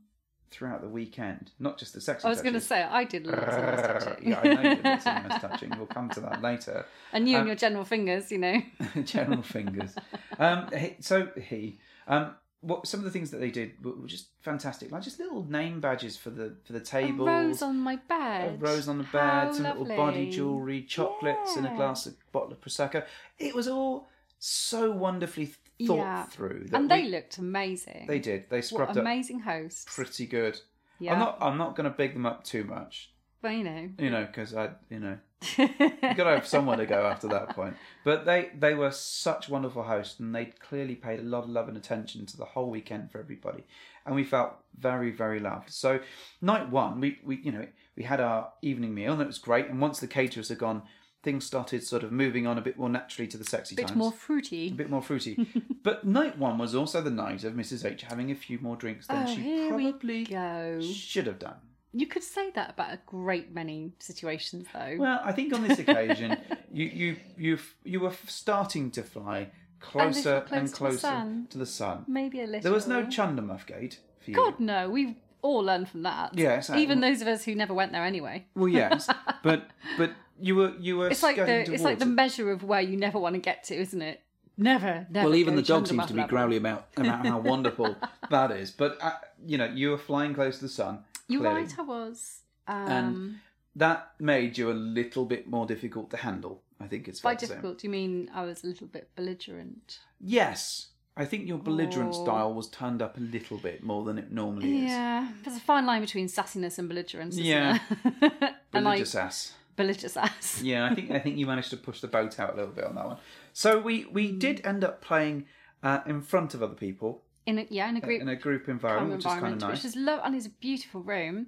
[SPEAKER 3] throughout the weekend, not just the sex.
[SPEAKER 2] I was going to say, I did lots of nice
[SPEAKER 3] *laughs*
[SPEAKER 2] touching.
[SPEAKER 3] yeah, I know you did some
[SPEAKER 2] *laughs*
[SPEAKER 3] nice touching. We'll come to that later. *laughs*
[SPEAKER 2] and you
[SPEAKER 3] Um,
[SPEAKER 2] and your general fingers, you know. *laughs*
[SPEAKER 3] General fingers. Um, he- so he. Um, what some of the things that they did were, were just fantastic, like just little name badges for the for the
[SPEAKER 2] A
[SPEAKER 3] tables.
[SPEAKER 2] rose on my
[SPEAKER 3] a
[SPEAKER 2] bed.
[SPEAKER 3] rose on the bed,
[SPEAKER 2] How
[SPEAKER 3] some little body
[SPEAKER 2] lovely.
[SPEAKER 3] jewellery, chocolates, and a
[SPEAKER 2] Yeah.
[SPEAKER 3] glass of bottle of prosecco. It was all so wonderfully thought
[SPEAKER 2] Yeah.
[SPEAKER 3] through. that
[SPEAKER 2] And they
[SPEAKER 3] we-
[SPEAKER 2] looked amazing.
[SPEAKER 3] they did. They
[SPEAKER 2] What
[SPEAKER 3] scrubbed up
[SPEAKER 2] amazing hosts.
[SPEAKER 3] pretty good.
[SPEAKER 2] yeah.
[SPEAKER 3] I'm not. I'm not going to big them up too much,
[SPEAKER 2] But you know.
[SPEAKER 3] you know, because I, you know, you
[SPEAKER 2] *laughs*
[SPEAKER 3] got to have somewhere to go after that point. But they they were such wonderful hosts, and they clearly paid a lot of love and attention to the whole weekend for everybody, and we felt very very loved. So night one, we we you know we had our evening meal, and it was great. And once the caterers had gone, things started sort of moving on a bit more naturally to the sexy
[SPEAKER 2] bit
[SPEAKER 3] times.
[SPEAKER 2] more
[SPEAKER 3] a
[SPEAKER 2] fruity.
[SPEAKER 3] bit more
[SPEAKER 2] *laughs*
[SPEAKER 3] fruity, but night one was also the night of Mrs H having a few more drinks than
[SPEAKER 2] Oh,
[SPEAKER 3] she
[SPEAKER 2] here we
[SPEAKER 3] probably
[SPEAKER 2] go.
[SPEAKER 3] should have done.
[SPEAKER 2] You could say that about a great many situations, though.
[SPEAKER 3] Well, I think on this occasion,
[SPEAKER 2] *laughs*
[SPEAKER 3] you you you you were starting to fly closer
[SPEAKER 2] close
[SPEAKER 3] and
[SPEAKER 2] to the
[SPEAKER 3] closer
[SPEAKER 2] sun.
[SPEAKER 3] to the sun.
[SPEAKER 2] Maybe a little.
[SPEAKER 3] There was no Chandamuff gate for you.
[SPEAKER 2] God, no. We've all learned from that.
[SPEAKER 3] Yeah, exactly.
[SPEAKER 2] Even those of us who never went there anyway.
[SPEAKER 3] Well,
[SPEAKER 2] *laughs*
[SPEAKER 3] yes, but but you were you were
[SPEAKER 2] It's like
[SPEAKER 3] scurrying
[SPEAKER 2] the it's like the
[SPEAKER 3] towards it.
[SPEAKER 2] measure of where you never want to get to, isn't it? Never, never.
[SPEAKER 3] well, even
[SPEAKER 2] go
[SPEAKER 3] the dog seems
[SPEAKER 2] Chandramuff
[SPEAKER 3] to be
[SPEAKER 2] level.
[SPEAKER 3] growly about about how
[SPEAKER 2] *laughs*
[SPEAKER 3] wonderful that is. But uh, you know, you were flying close to the sun.
[SPEAKER 2] You're
[SPEAKER 3] clearly.
[SPEAKER 2] right. I was. Um,
[SPEAKER 3] And that made you a little bit more difficult to handle. I think it's
[SPEAKER 2] by
[SPEAKER 3] fair to say.
[SPEAKER 2] difficult, do you mean I was a little bit belligerent?
[SPEAKER 3] Yes, I think your belligerent
[SPEAKER 2] Oh.
[SPEAKER 3] style was turned up a little bit more than it normally is.
[SPEAKER 2] Yeah, there's a fine line between sassiness and belligerence. Isn't
[SPEAKER 3] Yeah.
[SPEAKER 2] there? *laughs* and like
[SPEAKER 3] Religious ass.
[SPEAKER 2] belligerous ass.
[SPEAKER 3] Yeah, I think I think you managed to push the boat out a little bit on that one. So we we
[SPEAKER 2] Mm.
[SPEAKER 3] did end up playing uh, in front of other people
[SPEAKER 2] In a, yeah, in a group
[SPEAKER 3] in a group
[SPEAKER 2] home
[SPEAKER 3] environment, which is kind of
[SPEAKER 2] environment,
[SPEAKER 3] nice.
[SPEAKER 2] which is love, and it's a beautiful room.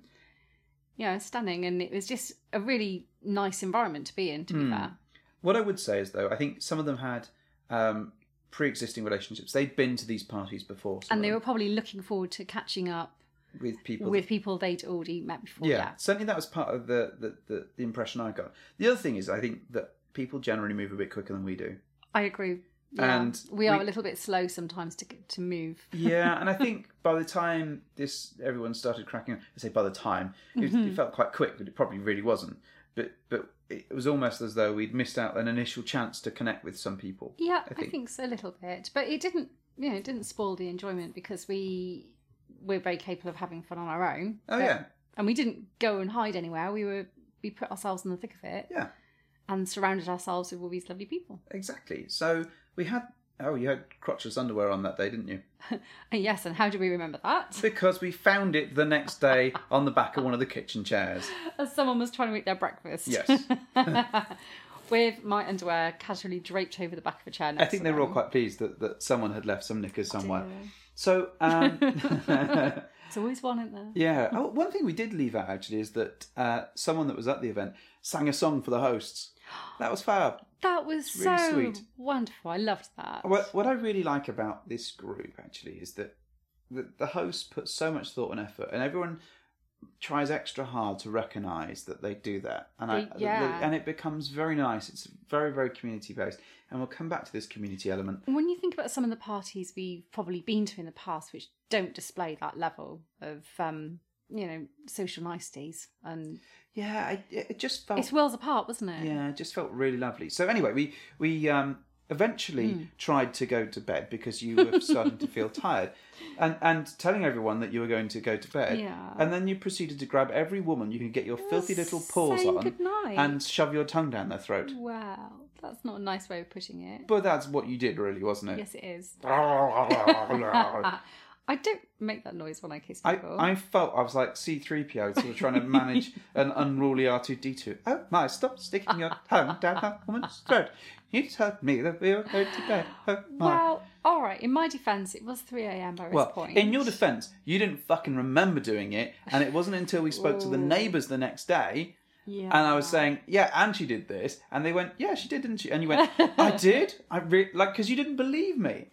[SPEAKER 2] Yeah, it's stunning, and it was just a really nice environment to be in. To be
[SPEAKER 3] Hmm.
[SPEAKER 2] fair,
[SPEAKER 3] What I would say is though, I think some of them had um, pre-existing relationships. They'd been to these parties before, some
[SPEAKER 2] and
[SPEAKER 3] of
[SPEAKER 2] they were
[SPEAKER 3] them,
[SPEAKER 2] probably looking forward to catching up
[SPEAKER 3] with people.
[SPEAKER 2] with people they'd already met before.
[SPEAKER 3] yeah, certainly that was part of the, the the the impression I got. The other thing is, I think that people generally move a bit quicker than we do.
[SPEAKER 2] I agree. Yeah.
[SPEAKER 3] And
[SPEAKER 2] we are
[SPEAKER 3] we-
[SPEAKER 2] a little bit slow sometimes to get- to move.
[SPEAKER 3] yeah, and I think by the time this everyone started cracking, I say by the time it, it felt quite quick, but it probably really wasn't. But but it was almost as though we'd missed out an initial chance to connect with some people.
[SPEAKER 2] Yeah,
[SPEAKER 3] I
[SPEAKER 2] I
[SPEAKER 3] think.
[SPEAKER 2] think, so a little bit, but it didn't. You know, it didn't spoil the enjoyment because we we're very capable of having fun on our own.
[SPEAKER 3] Oh
[SPEAKER 2] But-
[SPEAKER 3] yeah,
[SPEAKER 2] and we didn't go and hide anywhere. We were we put ourselves in the thick of it.
[SPEAKER 3] yeah,
[SPEAKER 2] and surrounded ourselves with all these lovely people.
[SPEAKER 3] exactly. So we had oh you had crotchless underwear on that day, didn't you?
[SPEAKER 2] And yes, and how do we remember that?
[SPEAKER 3] Because we found it the next day on the back of one of the kitchen chairs.
[SPEAKER 2] As someone was trying to eat their breakfast. *laughs*
[SPEAKER 3] Yes.
[SPEAKER 2] with my underwear casually draped over the back of a chair. Next
[SPEAKER 3] I think
[SPEAKER 2] to
[SPEAKER 3] they were all
[SPEAKER 2] them.
[SPEAKER 3] quite pleased that, that someone had left some knickers somewhere. So um,
[SPEAKER 2] There's always one, isn't there?
[SPEAKER 3] Yeah. Oh, one thing we did leave out actually is that uh, someone that was at the event sang a song for the
[SPEAKER 2] *gasps*
[SPEAKER 3] hosts. That was fab.
[SPEAKER 2] That was
[SPEAKER 3] really
[SPEAKER 2] so
[SPEAKER 3] sweet.
[SPEAKER 2] wonderful. I loved that.
[SPEAKER 3] What, what I really like about this group actually is that the, the hosts put so much thought and effort, and everyone tries extra hard to recognise that they do that. And I,
[SPEAKER 2] They- yeah.
[SPEAKER 3] and it becomes very nice. It's very very community based, and we'll come back to this community element.
[SPEAKER 2] when you think about some of the parties we've probably been to in the past, which don't display that level of, um, you know, social niceties, and
[SPEAKER 3] Yeah, I, it it just felt
[SPEAKER 2] it's worlds apart, wasn't it?
[SPEAKER 3] Oh. Yeah, it just felt really lovely. So anyway, we we um, eventually
[SPEAKER 2] Hmm.
[SPEAKER 3] tried to go to bed because you
[SPEAKER 2] *laughs*
[SPEAKER 3] were starting to feel tired, and and telling everyone that you were going to go to bed.
[SPEAKER 2] Yeah.
[SPEAKER 3] And then you proceeded to grab every woman you could get your filthy little paws
[SPEAKER 2] saying
[SPEAKER 3] on
[SPEAKER 2] goodnight.
[SPEAKER 3] and shove your tongue down their throat.
[SPEAKER 2] Wow, that's not a nice way of putting it.
[SPEAKER 3] But that's what you did, really, wasn't it?
[SPEAKER 2] Yes, it is.
[SPEAKER 3] *laughs*
[SPEAKER 2] *laughs*
[SPEAKER 3] I,
[SPEAKER 2] I don't make that noise when I kiss people.
[SPEAKER 3] I felt I was like C3PO, sort of trying to
[SPEAKER 2] *laughs*
[SPEAKER 3] manage an unruly R2D2. Oh my, stop sticking your tongue down that woman's throat. You told me that we were going to bed. Oh, my.
[SPEAKER 2] Well, all right. In my defence, it was 3 a.m. by this
[SPEAKER 3] Well,
[SPEAKER 2] point.
[SPEAKER 3] in your defence, you didn't fucking remember doing it, and it wasn't until we spoke to the neighbours the next day,
[SPEAKER 2] yeah.
[SPEAKER 3] and I was saying, "Yeah, and she did this," and they went, "Yeah, she did, didn't she?" And you went,
[SPEAKER 2] *laughs*
[SPEAKER 3] "I did, I re-, like because you didn't believe me."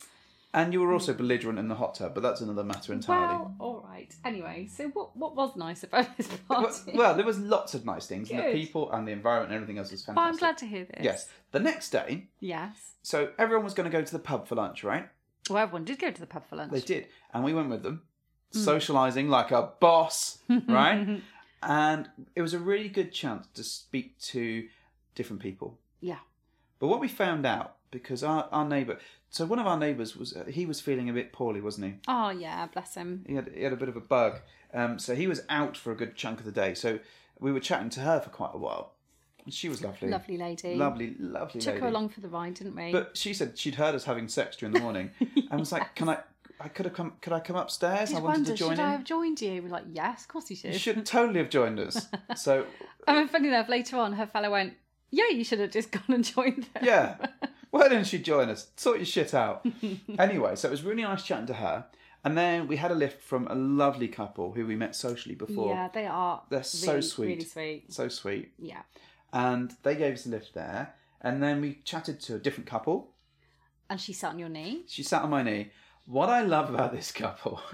[SPEAKER 3] And you were also belligerent in the hot tub, but that's another matter entirely.
[SPEAKER 2] Well, all right. Anyway, so what what was nice about this
[SPEAKER 3] Well,
[SPEAKER 2] party?
[SPEAKER 3] well, there was lots of nice things, and the
[SPEAKER 2] Good.
[SPEAKER 3] people and the environment and everything else was
[SPEAKER 2] But Oh, I'm
[SPEAKER 3] fantastic.
[SPEAKER 2] glad to hear this.
[SPEAKER 3] Yes. The next day,
[SPEAKER 2] Yes.
[SPEAKER 3] so everyone was going to go to the pub for lunch, right?
[SPEAKER 2] Well, everyone did go to the pub for lunch. Hmm.
[SPEAKER 3] They did, and we went with them, socialising like a
[SPEAKER 2] *laughs*
[SPEAKER 3] boss, right? and it was a really good chance to speak to different people.
[SPEAKER 2] Yeah.
[SPEAKER 3] But what we found out because our our neighbour, so one of our neighbours was uh, he was feeling a bit poorly, wasn't he?
[SPEAKER 2] Oh yeah, bless him.
[SPEAKER 3] he had he had a bit of a bug, um, so he was out for a good chunk of the day. So we were chatting to her for quite a while. And She was lovely,
[SPEAKER 2] Lovely lady.
[SPEAKER 3] lovely, lovely.
[SPEAKER 2] Took
[SPEAKER 3] lady.
[SPEAKER 2] her along for the ride, didn't we?
[SPEAKER 3] but she said she'd heard us having sex during the
[SPEAKER 2] *laughs*
[SPEAKER 3] morning, and was like, "Can I? I could have come. Could I come upstairs?
[SPEAKER 2] Did
[SPEAKER 3] I wanted
[SPEAKER 2] wonder,
[SPEAKER 3] to join
[SPEAKER 2] should
[SPEAKER 3] in.
[SPEAKER 2] I have joined you? We're like, yes, of course you should.
[SPEAKER 3] You should totally have joined
[SPEAKER 2] *laughs*
[SPEAKER 3] us." So
[SPEAKER 2] I mean, funny enough, later on, her fellow went, yeah, you should have just *laughs* gone and joined them.
[SPEAKER 3] yeah, why didn't she join us? Sort your shit
[SPEAKER 2] *laughs*
[SPEAKER 3] out. anyway, so it was really nice chatting to her, and then we had a lift from a lovely couple who we met socially before.
[SPEAKER 2] Yeah, they are.
[SPEAKER 3] They're so
[SPEAKER 2] really,
[SPEAKER 3] sweet.
[SPEAKER 2] Really sweet.
[SPEAKER 3] So sweet.
[SPEAKER 2] Yeah.
[SPEAKER 3] and they gave us a lift there. And then we chatted to a different couple.
[SPEAKER 2] And she sat on your knee.
[SPEAKER 3] She sat on my knee. What I love about this couple. *laughs*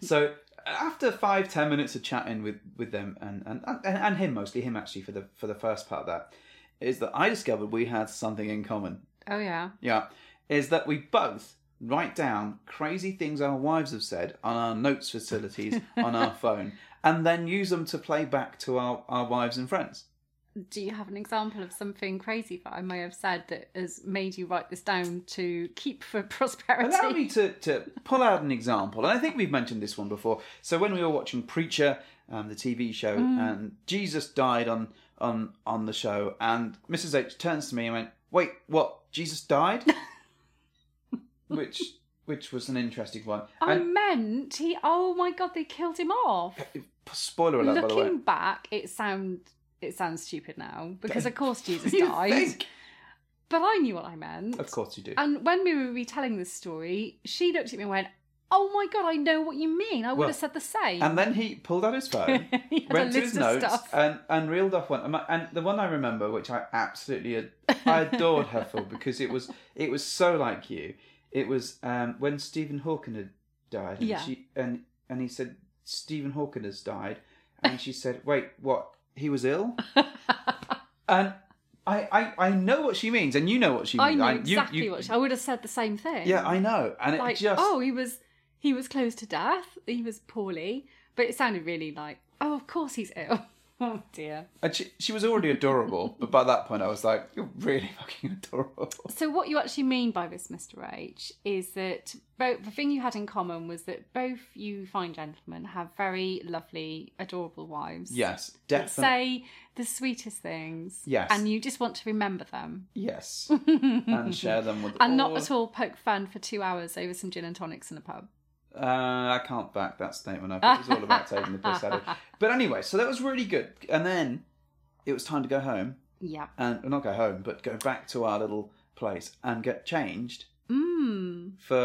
[SPEAKER 3] so after five ten minutes of chatting with with them and, and and and him mostly him actually for the for the first part of that is that I discovered we had something in common.
[SPEAKER 2] Oh, yeah.
[SPEAKER 3] Yeah, is that we both write down crazy things our wives have said on our notes facilities on our phone and then use them to play back to our, our wives and friends.
[SPEAKER 2] Do you have an example of something crazy that I may have said that has made you write this down to keep for *laughs* prosperity?
[SPEAKER 3] Allow me to, to pull out an example, and I think we've mentioned this one before. So when we were watching Preacher, um, the TV show,
[SPEAKER 2] Mm.
[SPEAKER 3] and Jesus died on on on the show, and Mrs H turns to me and went, "Wait, what? Jesus died?"
[SPEAKER 2] *laughs*
[SPEAKER 3] which which was an interesting one.
[SPEAKER 2] I
[SPEAKER 3] And
[SPEAKER 2] meant he. Oh my god, they killed him off.
[SPEAKER 3] spoiler alert, by the way.
[SPEAKER 2] Looking back, it sound it sounds stupid now because
[SPEAKER 3] *laughs*
[SPEAKER 2] of course Jesus
[SPEAKER 3] You
[SPEAKER 2] died.
[SPEAKER 3] think?
[SPEAKER 2] But I knew what I meant.
[SPEAKER 3] Of course you do.
[SPEAKER 2] And when we were retelling this story, she looked at me and went, "Oh my god, I know what you mean. I would
[SPEAKER 3] Well,
[SPEAKER 2] have said the same." *laughs*
[SPEAKER 3] And then he pulled out his phone,
[SPEAKER 2] He *laughs* had a
[SPEAKER 3] went to
[SPEAKER 2] list
[SPEAKER 3] his
[SPEAKER 2] of
[SPEAKER 3] notes,
[SPEAKER 2] stuff.
[SPEAKER 3] and, and reeled off one. And my- And the one I remember, which I absolutely ad- I adored her for because it was it was so like you. It was um, when Stephen Hawking had died, and
[SPEAKER 2] Yeah.
[SPEAKER 3] she and and he said Stephen Hawking has died, and she said, "Wait, what? He was
[SPEAKER 2] *laughs*
[SPEAKER 3] ill?" and I, I I know what she means, and you know what she
[SPEAKER 2] I
[SPEAKER 3] means.
[SPEAKER 2] knew
[SPEAKER 3] you-
[SPEAKER 2] exactly
[SPEAKER 3] you-
[SPEAKER 2] what she, I would have said the same thing.
[SPEAKER 3] Yeah, I know, and it
[SPEAKER 2] like
[SPEAKER 3] just
[SPEAKER 2] oh he was he was close to death he was poorly but it sounded really like oh of course he's ill *laughs* oh dear
[SPEAKER 3] And she, she was already adorable, but by that point I was like, you're really *laughs* fucking adorable.
[SPEAKER 2] *laughs* so what you actually mean by this mr h is that both the thing you had in common was that both you fine gentlemen have very lovely adorable wives
[SPEAKER 3] Yes,
[SPEAKER 2] That
[SPEAKER 3] definitely.
[SPEAKER 2] say the sweetest things
[SPEAKER 3] Yes.
[SPEAKER 2] and you just want to remember them
[SPEAKER 3] Yes. and share them with
[SPEAKER 2] and not
[SPEAKER 3] all-
[SPEAKER 2] at all poke fun for two hours over some gin and tonics in a pub
[SPEAKER 3] Uh, I can't back that statement up. It was all about taking the piss out
[SPEAKER 2] *laughs*
[SPEAKER 3] of it. But anyway, so that was really good. And then it was time to go home.
[SPEAKER 2] yeah
[SPEAKER 3] And well, not go home, but go back to our little place and get changed
[SPEAKER 2] mm.
[SPEAKER 3] for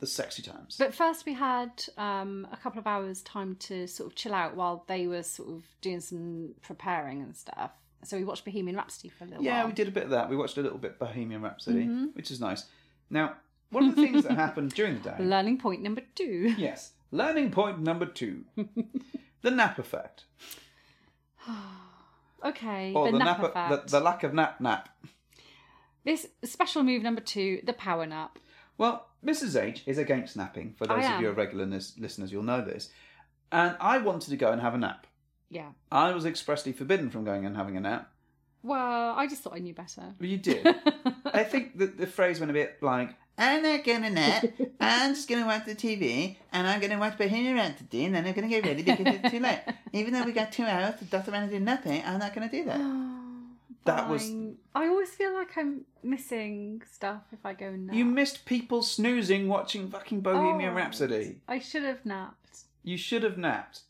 [SPEAKER 3] the sexy times.
[SPEAKER 2] But first, we had um, a couple of hours time to sort of chill out while they were sort of doing some preparing and stuff. So we watched Bohemian Rhapsody for a little
[SPEAKER 3] yeah,
[SPEAKER 2] while.
[SPEAKER 3] we did a bit of that. We watched a little bit of Bohemian Rhapsody,
[SPEAKER 2] Mm-hmm.
[SPEAKER 3] which is nice. Now, one of the things that happened during the day.
[SPEAKER 2] *laughs* Learning point number two. *laughs*
[SPEAKER 3] Yes. Learning point number two the nap effect.
[SPEAKER 2] Okay,
[SPEAKER 3] Or
[SPEAKER 2] the,
[SPEAKER 3] the,
[SPEAKER 2] nap
[SPEAKER 3] nap, e-
[SPEAKER 2] effect.
[SPEAKER 3] The, the lack of nap nap.
[SPEAKER 2] This special move number two, the power nap.
[SPEAKER 3] Well, Mrs. H is against napping. For those
[SPEAKER 2] I
[SPEAKER 3] of you
[SPEAKER 2] am.
[SPEAKER 3] who are regular lis- listeners, you'll know this. And I wanted to go and have a nap.
[SPEAKER 2] Yeah.
[SPEAKER 3] I was expressly forbidden from going and having a nap.
[SPEAKER 2] Well, I just thought I knew better.
[SPEAKER 3] But you
[SPEAKER 2] *laughs*
[SPEAKER 3] did. I think that the phrase went a bit like, I'm not going to nap. I'm just going to watch the TV and I'm going to watch Bohemian Rhapsody and then I'm going to get ready because it's too late. Even though we got two hours to dot around and do nothing, I'm not going to do
[SPEAKER 2] Oh,
[SPEAKER 3] that. That was-
[SPEAKER 2] Fine. I always feel like I'm missing stuff if I go and nap.
[SPEAKER 3] You missed people
[SPEAKER 2] Oh,
[SPEAKER 3] snoozing watching fucking Bohemian
[SPEAKER 2] Alright.
[SPEAKER 3] Rhapsody.
[SPEAKER 2] I should have napped.
[SPEAKER 3] You should have napped.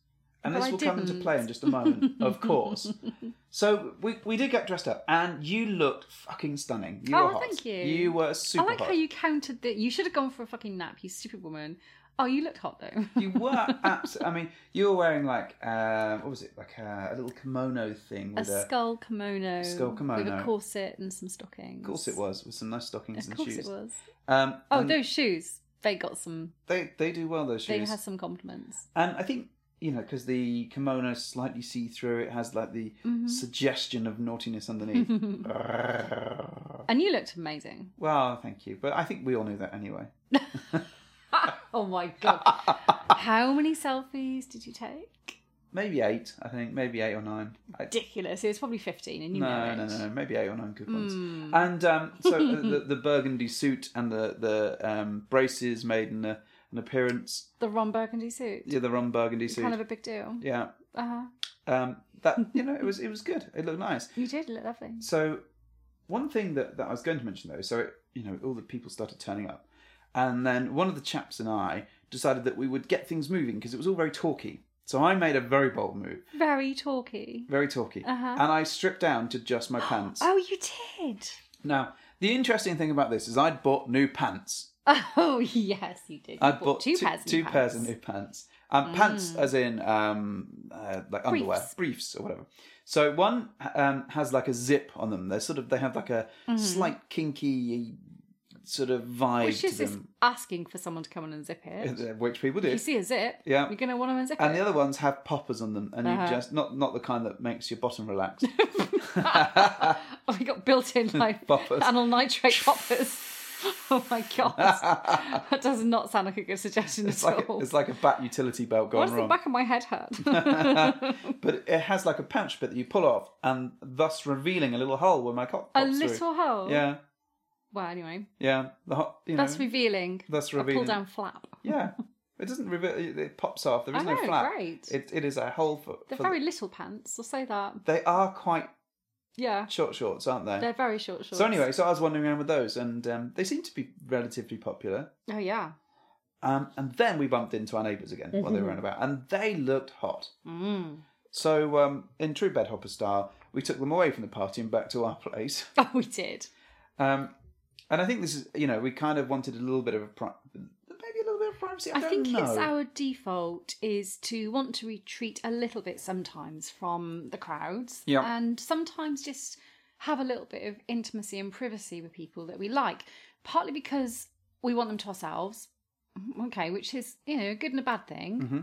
[SPEAKER 3] And
[SPEAKER 2] But
[SPEAKER 3] this
[SPEAKER 2] I
[SPEAKER 3] will come into
[SPEAKER 2] didn't.
[SPEAKER 3] play in just a moment,
[SPEAKER 2] *laughs*
[SPEAKER 3] of course. So we, we did get dressed up, and you looked fucking stunning. You
[SPEAKER 2] Oh,
[SPEAKER 3] were hot.
[SPEAKER 2] thank you.
[SPEAKER 3] You were super
[SPEAKER 2] I like
[SPEAKER 3] hot.
[SPEAKER 2] how you countered that. You should have gone for a fucking nap, you stupid woman. Oh, you looked hot though.
[SPEAKER 3] *laughs* You
[SPEAKER 2] *laughs*
[SPEAKER 3] were absolutely. I mean, you were wearing like uh, what was it? Like a, a little kimono thing
[SPEAKER 2] a
[SPEAKER 3] with a.
[SPEAKER 2] skull kimono,
[SPEAKER 3] Skull
[SPEAKER 2] with
[SPEAKER 3] kimono.
[SPEAKER 2] a corset and some stockings.
[SPEAKER 3] Of course, it was with some nice stockings
[SPEAKER 2] Of
[SPEAKER 3] and
[SPEAKER 2] course
[SPEAKER 3] shoes.
[SPEAKER 2] it was.
[SPEAKER 3] Um,
[SPEAKER 2] Oh,
[SPEAKER 3] and
[SPEAKER 2] those shoes. They got some.
[SPEAKER 3] they they do well those
[SPEAKER 2] They
[SPEAKER 3] shoes.
[SPEAKER 2] had some compliments. *laughs*
[SPEAKER 3] And I think you know because the kimono is slightly see through. It has like the
[SPEAKER 2] Mm-hmm.
[SPEAKER 3] suggestion of naughtiness *laughs* underneath.
[SPEAKER 2] And you looked amazing.
[SPEAKER 3] well, thank you, but I think we all knew that anyway.
[SPEAKER 2] Oh my
[SPEAKER 3] *laughs*
[SPEAKER 2] god! How many selfies did you take?
[SPEAKER 3] Maybe eight, I think, maybe eight or nine. I,
[SPEAKER 2] Ridiculous. It was probably fifteen, and you know
[SPEAKER 3] no,
[SPEAKER 2] it.
[SPEAKER 3] no,
[SPEAKER 2] Hmm.
[SPEAKER 3] no, no, maybe eight or nine good ones. And um, so
[SPEAKER 2] *laughs*
[SPEAKER 3] the, the burgundy suit and the the um, braces made an, uh, an appearance.
[SPEAKER 2] The Ron Burgundy suit.
[SPEAKER 3] Yeah, the rum burgundy suit.
[SPEAKER 2] Kind of a big deal.
[SPEAKER 3] Yeah,
[SPEAKER 2] Uh huh.
[SPEAKER 3] um, that
[SPEAKER 2] *laughs*
[SPEAKER 3] you know, it was it was good. It looked nice.
[SPEAKER 2] You did look lovely.
[SPEAKER 3] So, one thing that, that I was going to mention though, so it, you know, all the people started turning up, and then one of the chaps and I decided that we would get things moving because it was all very talky. So I made a very bold move,
[SPEAKER 2] Very talky.
[SPEAKER 3] very talky, and I stripped down to just
[SPEAKER 2] *gasps*
[SPEAKER 3] my pants.
[SPEAKER 2] Uh-huh. Oh, you did.
[SPEAKER 3] Now, the interesting thing about this is I'd bought new pants.
[SPEAKER 2] *laughs* Oh yes, you did. You
[SPEAKER 3] I'd bought
[SPEAKER 2] two, pairs. of
[SPEAKER 3] two
[SPEAKER 2] pants. Mm.
[SPEAKER 3] pairs of new pants. Um, Pants, as in um, uh, like underwear,
[SPEAKER 2] Briefs.
[SPEAKER 3] briefs or whatever. So one um, has like a zip on them. They're sort of they have like a
[SPEAKER 2] Mm-hmm.
[SPEAKER 3] slight kinky sort of vibe
[SPEAKER 2] Which
[SPEAKER 3] to
[SPEAKER 2] is just
[SPEAKER 3] them,
[SPEAKER 2] asking for someone to come and unzip
[SPEAKER 3] *laughs*
[SPEAKER 2] it.
[SPEAKER 3] which people do.
[SPEAKER 2] you see a zip,
[SPEAKER 3] Yeah.
[SPEAKER 2] you're going to want to unzip
[SPEAKER 3] and
[SPEAKER 2] it.
[SPEAKER 3] the other ones have poppers on them, and you
[SPEAKER 2] Uh-huh.
[SPEAKER 3] just not not the kind that makes your bottom
[SPEAKER 2] *laughs*
[SPEAKER 3] relax.
[SPEAKER 2] Oh, *laughs* we
[SPEAKER 3] *laughs*
[SPEAKER 2] got built-in like
[SPEAKER 3] Poppers. *laughs*
[SPEAKER 2] vinyl nitrate poppers. Oh my god, that does not sound like a good suggestion
[SPEAKER 3] It's
[SPEAKER 2] at
[SPEAKER 3] like a,
[SPEAKER 2] all.
[SPEAKER 3] it's like a bat utility belt
[SPEAKER 2] Why
[SPEAKER 3] gone
[SPEAKER 2] does the
[SPEAKER 3] wrong.
[SPEAKER 2] back of my head hurt?
[SPEAKER 3] *laughs*
[SPEAKER 2] *laughs*
[SPEAKER 3] But it has like a pouch bit that you pull off, and thus revealing a little hole where my cock
[SPEAKER 2] a
[SPEAKER 3] pops through.
[SPEAKER 2] little hole.
[SPEAKER 3] Yeah,
[SPEAKER 2] Well, anyway,
[SPEAKER 3] yeah. The hot, you
[SPEAKER 2] that's
[SPEAKER 3] know,
[SPEAKER 2] revealing.
[SPEAKER 3] that's
[SPEAKER 2] A
[SPEAKER 3] revealing.
[SPEAKER 2] pull-down flap.
[SPEAKER 3] Yeah, it doesn't reveal. It it pops off. There is
[SPEAKER 2] I
[SPEAKER 3] no
[SPEAKER 2] know,
[SPEAKER 3] flap.
[SPEAKER 2] great.
[SPEAKER 3] It it is a hole for.
[SPEAKER 2] They're
[SPEAKER 3] for
[SPEAKER 2] very little pants. I'll say that.
[SPEAKER 3] They are quite
[SPEAKER 2] Yeah,
[SPEAKER 3] short shorts, aren't they?
[SPEAKER 2] they're very short shorts.
[SPEAKER 3] so anyway, so I was wandering around with those, and um, they seem to be relatively popular.
[SPEAKER 2] Oh yeah. *laughs*
[SPEAKER 3] Um, and then we bumped into our neighbours again while they were around about, and they looked hot.
[SPEAKER 2] Mm.
[SPEAKER 3] So um, in true bedhopper style, we took them away from the party and back to our *laughs* place.
[SPEAKER 2] Oh, we did.
[SPEAKER 3] Um, and I think this is, you know, we kind of wanted a little bit of a pri- maybe a little bit of privacy. I,
[SPEAKER 2] I
[SPEAKER 3] don't
[SPEAKER 2] think
[SPEAKER 3] know.
[SPEAKER 2] it's our default is to want to retreat a little bit sometimes from the crowds,
[SPEAKER 3] Yeah.
[SPEAKER 2] and sometimes just have a little bit of intimacy and privacy with people that we like. Partly because we want them to ourselves, mm-hmm, okay, which is you know a good and a bad thing.
[SPEAKER 3] Mm-hmm.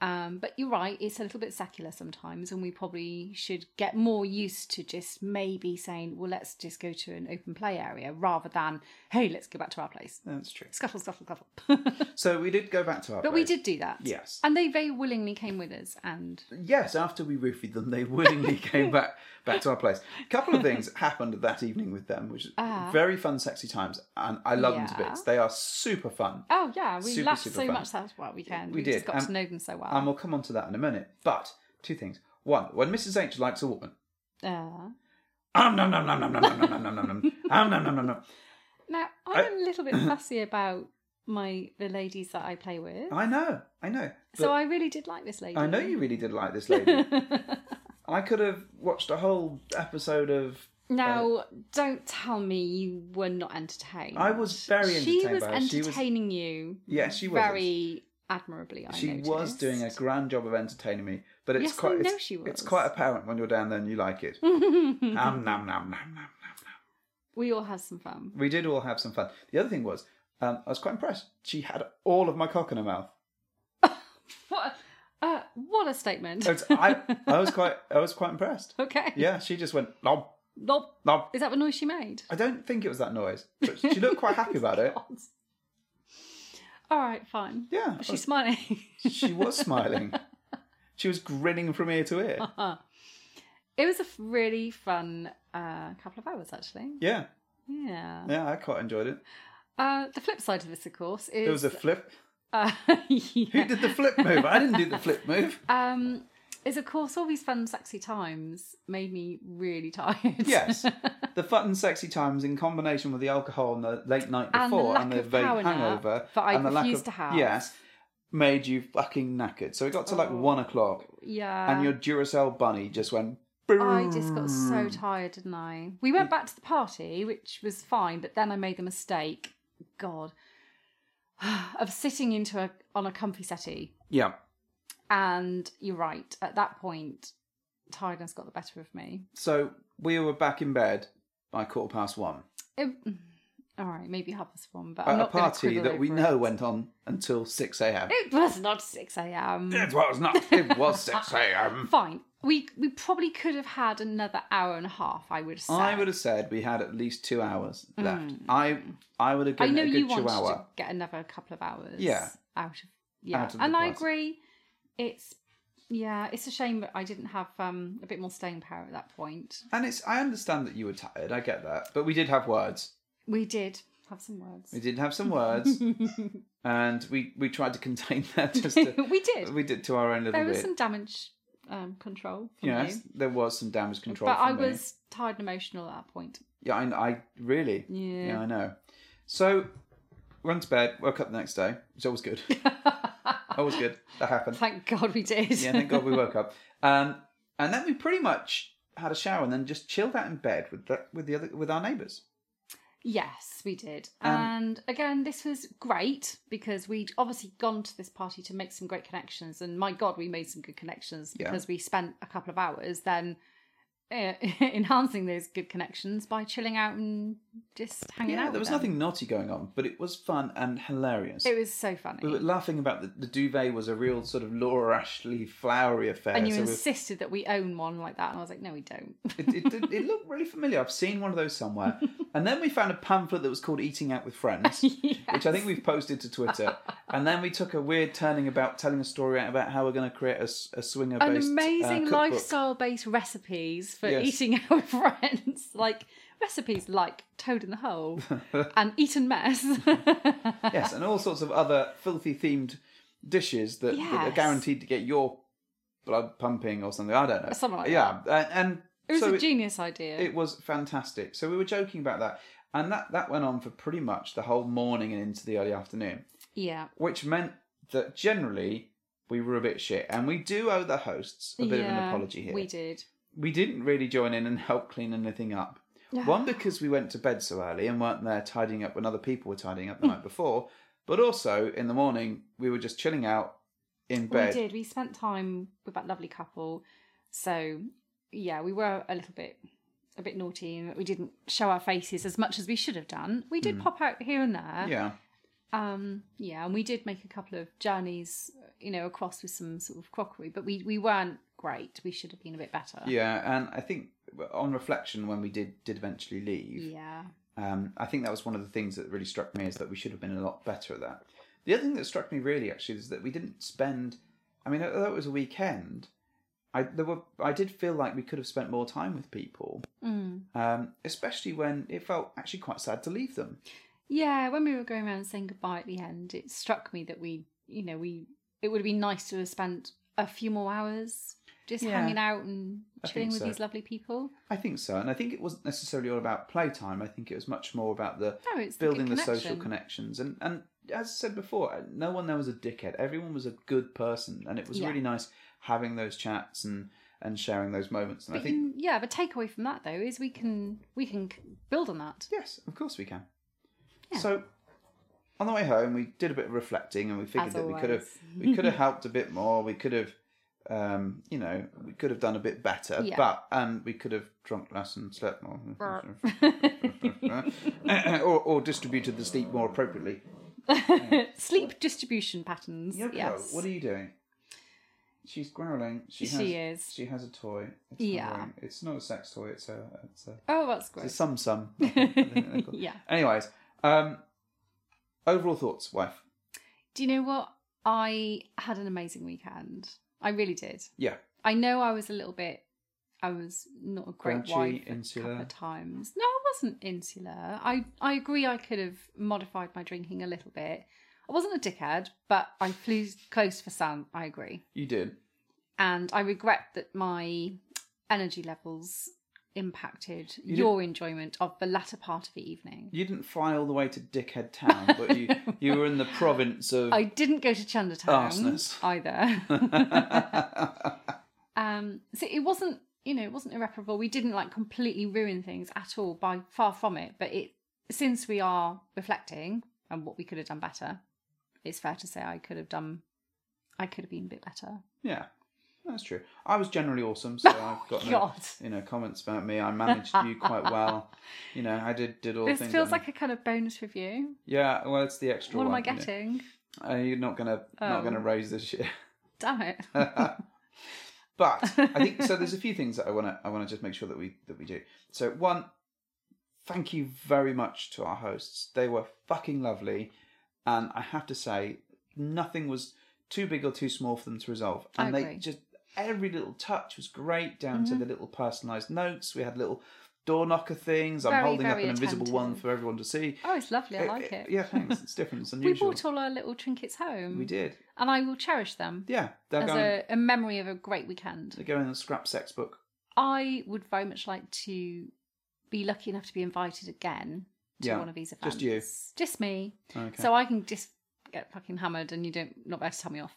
[SPEAKER 2] Um, but you're right; it's a little bit secular sometimes, and we probably should get more used to just maybe saying, "Well, let's just go to an open play area," rather than "Hey, let's go back to our place."
[SPEAKER 3] That's true.
[SPEAKER 2] Scuttle, scuttle, scuttle. *laughs*
[SPEAKER 3] So we did go back to our
[SPEAKER 2] But
[SPEAKER 3] place.
[SPEAKER 2] we did do that.
[SPEAKER 3] Yes.
[SPEAKER 2] And they very willingly came with us and
[SPEAKER 3] Yes, after we roofied them, they
[SPEAKER 2] *laughs*
[SPEAKER 3] willingly came back back to our place. A couple of things happened that evening with them, which is very fun, sexy times, and I love them to
[SPEAKER 2] Ah. Yeah.
[SPEAKER 3] bits. They are super fun,
[SPEAKER 2] Oh yeah, we
[SPEAKER 3] Super,
[SPEAKER 2] laughed
[SPEAKER 3] super
[SPEAKER 2] so
[SPEAKER 3] fun.
[SPEAKER 2] much that well weekend.
[SPEAKER 3] We
[SPEAKER 2] We,
[SPEAKER 3] did,
[SPEAKER 2] just got
[SPEAKER 3] and-
[SPEAKER 2] to know them so well.
[SPEAKER 3] and we'll come on to that in a minute. But two things: one, when Mrs H likes a woman,
[SPEAKER 2] uh,
[SPEAKER 3] um, nom nom nom nom nom nom nom nom nom nom, um, nom nom nom
[SPEAKER 2] *laughs*
[SPEAKER 3] nom.
[SPEAKER 2] now I'm a
[SPEAKER 3] *laughs*
[SPEAKER 2] little bit fussy about my the ladies that I play with.
[SPEAKER 3] I know, I know.
[SPEAKER 2] so
[SPEAKER 3] But
[SPEAKER 2] I really did like this lady.
[SPEAKER 3] I know uh, you really did like this
[SPEAKER 2] *laughs*
[SPEAKER 3] lady. I could have watched a whole episode of.
[SPEAKER 2] Now don't tell me you were not entertained.
[SPEAKER 3] I was very
[SPEAKER 2] She
[SPEAKER 3] entertained
[SPEAKER 2] was
[SPEAKER 3] by her. She was-
[SPEAKER 2] entertaining you
[SPEAKER 3] Yeah, she was.
[SPEAKER 2] very admirably, I
[SPEAKER 3] She was
[SPEAKER 2] noticed.
[SPEAKER 3] doing a grand job of entertaining me, but it's
[SPEAKER 2] Yes, I
[SPEAKER 3] quite it's,
[SPEAKER 2] know she was.
[SPEAKER 3] it's quite apparent when you're down there and you like
[SPEAKER 2] *laughs*
[SPEAKER 3] it. Nom, nom, nom, nom, nom.
[SPEAKER 2] *laughs* We all had some fun.
[SPEAKER 3] We did all have some fun. The other thing was, um, I was quite impressed. She had all of my cock in her mouth.
[SPEAKER 2] What uh, what a statement.
[SPEAKER 3] It's- I, I was quite I was quite impressed.
[SPEAKER 2] *laughs* okay.
[SPEAKER 3] Yeah, she just went nom
[SPEAKER 2] Nope.
[SPEAKER 3] nom.
[SPEAKER 2] Is that the noise she made?
[SPEAKER 3] I don't think it was that noise, but she looked quite happy about
[SPEAKER 2] *laughs*
[SPEAKER 3] it.
[SPEAKER 2] All right, fine.
[SPEAKER 3] Yeah, I
[SPEAKER 2] She's smiling. *laughs*
[SPEAKER 3] was- she was smiling. She was grinning from ear to
[SPEAKER 2] *laughs*
[SPEAKER 3] ear.
[SPEAKER 2] it was a f- really fun uh, couple of hours, actually.
[SPEAKER 3] Yeah,
[SPEAKER 2] Yeah.
[SPEAKER 3] yeah, I quite enjoyed it.
[SPEAKER 2] Uh, the flip side of this, of course, is
[SPEAKER 3] There was a flip.
[SPEAKER 2] uh, *laughs*
[SPEAKER 3] Who
[SPEAKER 2] yeah,
[SPEAKER 3] did the flip move? I didn't do the flip
[SPEAKER 2] *laughs*
[SPEAKER 3] move.
[SPEAKER 2] um, is of course all these fun, sexy times made me really *laughs* tired.
[SPEAKER 3] Yes, the fun and sexy times in combination with the alcohol and the late night
[SPEAKER 2] And the
[SPEAKER 3] before
[SPEAKER 2] lack
[SPEAKER 3] and the
[SPEAKER 2] of
[SPEAKER 3] vague
[SPEAKER 2] power nap
[SPEAKER 3] hangover
[SPEAKER 2] that I
[SPEAKER 3] and the lack
[SPEAKER 2] refused
[SPEAKER 3] of
[SPEAKER 2] to have.
[SPEAKER 3] yes, made you fucking knackered. So it got to
[SPEAKER 2] Oh.
[SPEAKER 3] like one o'clock,
[SPEAKER 2] Yeah.
[SPEAKER 3] and your Duracell bunny just went.
[SPEAKER 2] Uh, I just got so
[SPEAKER 3] Mm.
[SPEAKER 2] tired, didn't I? We went back to the party, which was fine, but then I made the mistake, God, *sighs* of sitting into a on a comfy settee.
[SPEAKER 3] Yeah,
[SPEAKER 2] And you're right. At that point, tiredness got the better of me.
[SPEAKER 3] so we were back in bed by quarter past one
[SPEAKER 2] It, all right, maybe half past one, but I'm
[SPEAKER 3] at a
[SPEAKER 2] not gonna
[SPEAKER 3] party
[SPEAKER 2] quibble
[SPEAKER 3] that we
[SPEAKER 2] over
[SPEAKER 3] know
[SPEAKER 2] it.
[SPEAKER 3] went on until six a.m.
[SPEAKER 2] It was not six a.m.
[SPEAKER 3] It was not. *laughs* It was
[SPEAKER 2] *laughs*
[SPEAKER 3] six a.m.
[SPEAKER 2] Fine. We we probably could have had another hour and a half. I would say.
[SPEAKER 3] I would have said we had at least two hours left. I I would have
[SPEAKER 2] Hmm. I
[SPEAKER 3] given
[SPEAKER 2] know
[SPEAKER 3] it a good
[SPEAKER 2] you wanted
[SPEAKER 3] chihuahua.
[SPEAKER 2] to get another couple of hours.
[SPEAKER 3] Yeah.
[SPEAKER 2] Out of yeah,
[SPEAKER 3] Out of the
[SPEAKER 2] and I
[SPEAKER 3] price.
[SPEAKER 2] agree. It's yeah, it's a shame that I didn't have um a bit more staying power at that point.
[SPEAKER 3] And it's I understand that you were tired. I get that, but we did have words.
[SPEAKER 2] We did have some words.
[SPEAKER 3] We did have some
[SPEAKER 2] *laughs*
[SPEAKER 3] words, and we we tried to contain *laughs* that. Just to,
[SPEAKER 2] *laughs* We did.
[SPEAKER 3] We did to our own little
[SPEAKER 2] There was
[SPEAKER 3] bit.
[SPEAKER 2] some damage um control from
[SPEAKER 3] yes,
[SPEAKER 2] you,
[SPEAKER 3] there was some damage control.
[SPEAKER 2] but I
[SPEAKER 3] from me.
[SPEAKER 2] was tired and emotional at that point. *laughs*
[SPEAKER 3] Yeah, I, I really.
[SPEAKER 2] Yeah.
[SPEAKER 3] I know. So went to bed. Woke up the next day. It's always
[SPEAKER 2] *laughs*
[SPEAKER 3] good. always good. That happened.
[SPEAKER 2] Thank God we did.
[SPEAKER 3] Yeah, thank God we woke up. Um, and then we pretty much had a shower and then just chilled out in bed with the, with the other with our neighbours.
[SPEAKER 2] *laughs* Yes, we did.
[SPEAKER 3] Um,
[SPEAKER 2] and again, this was great because we'd obviously gone to this party to make some great connections. And my God, we made some good connections
[SPEAKER 3] Yeah.
[SPEAKER 2] because we spent a couple of hours then uh, *laughs* enhancing those good connections by chilling out and just hanging
[SPEAKER 3] Yeah,
[SPEAKER 2] out.
[SPEAKER 3] there
[SPEAKER 2] with
[SPEAKER 3] was
[SPEAKER 2] them.
[SPEAKER 3] nothing naughty going on, but it was fun and hilarious.
[SPEAKER 2] It was so funny.
[SPEAKER 3] we were laughing about the, the duvet was a real sort of Laura Ashley flowery affair.
[SPEAKER 2] and you
[SPEAKER 3] so we-
[SPEAKER 2] insisted that we own one like that. And I was like, no, we don't. *laughs*
[SPEAKER 3] it, it, did- it looked really familiar. I've seen one of those somewhere. and then we found a pamphlet that was called Eating Out with
[SPEAKER 2] *laughs*
[SPEAKER 3] Friends, which I think we've posted to Twitter. and then we took a weird turning about telling a story out about how we're going to create a, s- a swinger
[SPEAKER 2] An
[SPEAKER 3] based
[SPEAKER 2] amazing
[SPEAKER 3] uh, cookbook.
[SPEAKER 2] lifestyle based recipes for
[SPEAKER 3] Yes.
[SPEAKER 2] eating *laughs* out with friends. Like recipes like Toad in
[SPEAKER 3] *laughs*
[SPEAKER 2] the Hole and Eat and Mess. *laughs*
[SPEAKER 3] Yes, and all sorts of other filthy themed dishes that, that are
[SPEAKER 2] Yes.
[SPEAKER 3] guaranteed to get your blood pumping or something. I don't know.
[SPEAKER 2] Something like
[SPEAKER 3] yeah, that. and, and
[SPEAKER 2] It was
[SPEAKER 3] so
[SPEAKER 2] a
[SPEAKER 3] it,
[SPEAKER 2] genius idea.
[SPEAKER 3] it was fantastic. So we were joking about that, and that that went on for pretty much the whole morning and into the early afternoon,
[SPEAKER 2] yeah.
[SPEAKER 3] which meant that generally we were a bit shit, and we do owe the hosts a bit of an
[SPEAKER 2] Yeah,
[SPEAKER 3] apology here.
[SPEAKER 2] We did.
[SPEAKER 3] We didn't really join in and help clean anything up. One because we went to bed so early and weren't there tidying up when other people were tidying
[SPEAKER 2] Hmm.
[SPEAKER 3] up the night before, but also in the morning we were just chilling out in bed.
[SPEAKER 2] We did. We spent time with that lovely couple. So yeah, we were a little bit a bit naughty in that we didn't show our faces as much as we should have done. We
[SPEAKER 3] Mm.
[SPEAKER 2] did pop out here and there.
[SPEAKER 3] Yeah,
[SPEAKER 2] Um, yeah, and we did make a couple of journeys, you know, across with some sort of crockery, but we, we weren't great. We should have been a bit better.
[SPEAKER 3] yeah, and I think on reflection when we did did eventually leave.
[SPEAKER 2] Yeah.
[SPEAKER 3] Um, I think that was one of the things that really struck me is that we should have been a lot better at that. The other thing that struck me really actually is that we didn't spend. I mean, although it was a weekend, I there were I did feel like we could have spent more time with people,
[SPEAKER 2] Mm.
[SPEAKER 3] um, especially when it felt actually quite sad to leave them.
[SPEAKER 2] Yeah, when we were going around saying goodbye at the end, it struck me that we, you know, we it would have been nice to have spent a few more hours just
[SPEAKER 3] Yeah.
[SPEAKER 2] hanging out and
[SPEAKER 3] I
[SPEAKER 2] chilling
[SPEAKER 3] think
[SPEAKER 2] with
[SPEAKER 3] so.
[SPEAKER 2] these lovely people.
[SPEAKER 3] I think so, and I think it wasn't necessarily all about playtime. I think it was much more about the
[SPEAKER 2] No, it's the good
[SPEAKER 3] building the, social
[SPEAKER 2] connection.
[SPEAKER 3] connections, and and as I said before, uh, no one there was a dickhead. Everyone was a good person, and it was
[SPEAKER 2] Yeah.
[SPEAKER 3] really nice having those chats and and sharing those moments. And
[SPEAKER 2] But
[SPEAKER 3] I think
[SPEAKER 2] you- yeah, the takeaway from that though is we can we can c- build on that.
[SPEAKER 3] Yes, of course we can. So, on the way home, we did a bit of reflecting, and we figured
[SPEAKER 2] As
[SPEAKER 3] that we could have *laughs*
[SPEAKER 2] always.
[SPEAKER 3] we
[SPEAKER 2] *laughs*
[SPEAKER 3] could have helped a bit more. We could have, um, you know, we could have done a bit better,
[SPEAKER 2] Yeah.
[SPEAKER 3] but and we could have drunk less and slept more, *laughs* or, or distributed the sleep more appropriately.
[SPEAKER 2] *laughs* Sleep distribution patterns.
[SPEAKER 3] Yoko,
[SPEAKER 2] yes.
[SPEAKER 3] what are you doing? She's growling. She, has,
[SPEAKER 2] She is.
[SPEAKER 3] She has a toy. It's
[SPEAKER 2] Yeah.
[SPEAKER 3] growling. It's not a sex toy. It's a. It's a
[SPEAKER 2] oh, that's great.
[SPEAKER 3] It's a sum
[SPEAKER 2] *laughs*
[SPEAKER 3] sum. *laughs* I think they're called.
[SPEAKER 2] Yeah.
[SPEAKER 3] Anyways, um, overall thoughts, wife.
[SPEAKER 2] Do you know what? I had an amazing weekend. I really did.
[SPEAKER 3] Yeah.
[SPEAKER 2] I know I was a little bit. I was not a great
[SPEAKER 3] Grouchy,
[SPEAKER 2] wife a
[SPEAKER 3] insular.
[SPEAKER 2] couple of times. No, I wasn't insular. I I agree. I could have modified my drinking a little bit. I wasn't a dickhead, but I flew close for sun. I agree,
[SPEAKER 3] You did.
[SPEAKER 2] and I regret that my energy levels impacted your enjoyment of the latter part of the evening.
[SPEAKER 3] You didn't fly all the way to Dickhead Town, but
[SPEAKER 2] *laughs*
[SPEAKER 3] you you were in the province of
[SPEAKER 2] I didn't go to Chandlertown
[SPEAKER 3] Arsenals. *laughs*
[SPEAKER 2] either. *laughs* um, so it wasn't, you know, it wasn't irreparable. We didn't like completely ruin things at all. By far from it. But it, since we are reflecting on what we could have done better, it's fair to say I could have done, I could have been a bit better.
[SPEAKER 3] *laughs* yeah. That's true. I was generally awesome, so I've got no,
[SPEAKER 2] Oh, God.
[SPEAKER 3] you know comments about me. I managed you quite well. You know, I did did all
[SPEAKER 2] This
[SPEAKER 3] things.
[SPEAKER 2] feels
[SPEAKER 3] that I-
[SPEAKER 2] like a kind of bonus review.
[SPEAKER 3] yeah. Well, it's the extra.
[SPEAKER 2] What am
[SPEAKER 3] one,
[SPEAKER 2] I
[SPEAKER 3] isn't it?
[SPEAKER 2] getting?
[SPEAKER 3] Uh, you're not gonna not
[SPEAKER 2] Oh.
[SPEAKER 3] gonna raise this year.
[SPEAKER 2] Damn it.
[SPEAKER 3] Uh, But I think so.
[SPEAKER 2] *laughs*
[SPEAKER 3] There's a few things that I want to I want to just make sure that we that we do. So one, thank you very much to our hosts. They were fucking lovely, and I have to say, nothing was too big or too small for them to resolve.
[SPEAKER 2] I
[SPEAKER 3] And they
[SPEAKER 2] agree. Mm-hmm.
[SPEAKER 3] just every little touch was great, down to the little personalised notes. We had little door knocker things. I'm
[SPEAKER 2] Very,
[SPEAKER 3] holding up an
[SPEAKER 2] very
[SPEAKER 3] invisible one
[SPEAKER 2] attentive.
[SPEAKER 3] for everyone to see.
[SPEAKER 2] Oh, it's lovely. I like it.
[SPEAKER 3] eh,
[SPEAKER 2] *laughs*
[SPEAKER 3] Yeah, thanks. It's different. It's
[SPEAKER 2] We
[SPEAKER 3] unusual.
[SPEAKER 2] brought all our little trinkets home.
[SPEAKER 3] We did.
[SPEAKER 2] And I will cherish them
[SPEAKER 3] Yeah, they're
[SPEAKER 2] as
[SPEAKER 3] going.
[SPEAKER 2] a, a memory of a great weekend.
[SPEAKER 3] They're going on the scrap sex book.
[SPEAKER 2] I would very much like to be lucky enough to be invited again to
[SPEAKER 3] Yeah,
[SPEAKER 2] one of these events.
[SPEAKER 3] just you.
[SPEAKER 2] Just me.
[SPEAKER 3] Okay.
[SPEAKER 2] So I can just get fucking hammered and you don't not be able to tell
[SPEAKER 3] *laughs*
[SPEAKER 2] me off.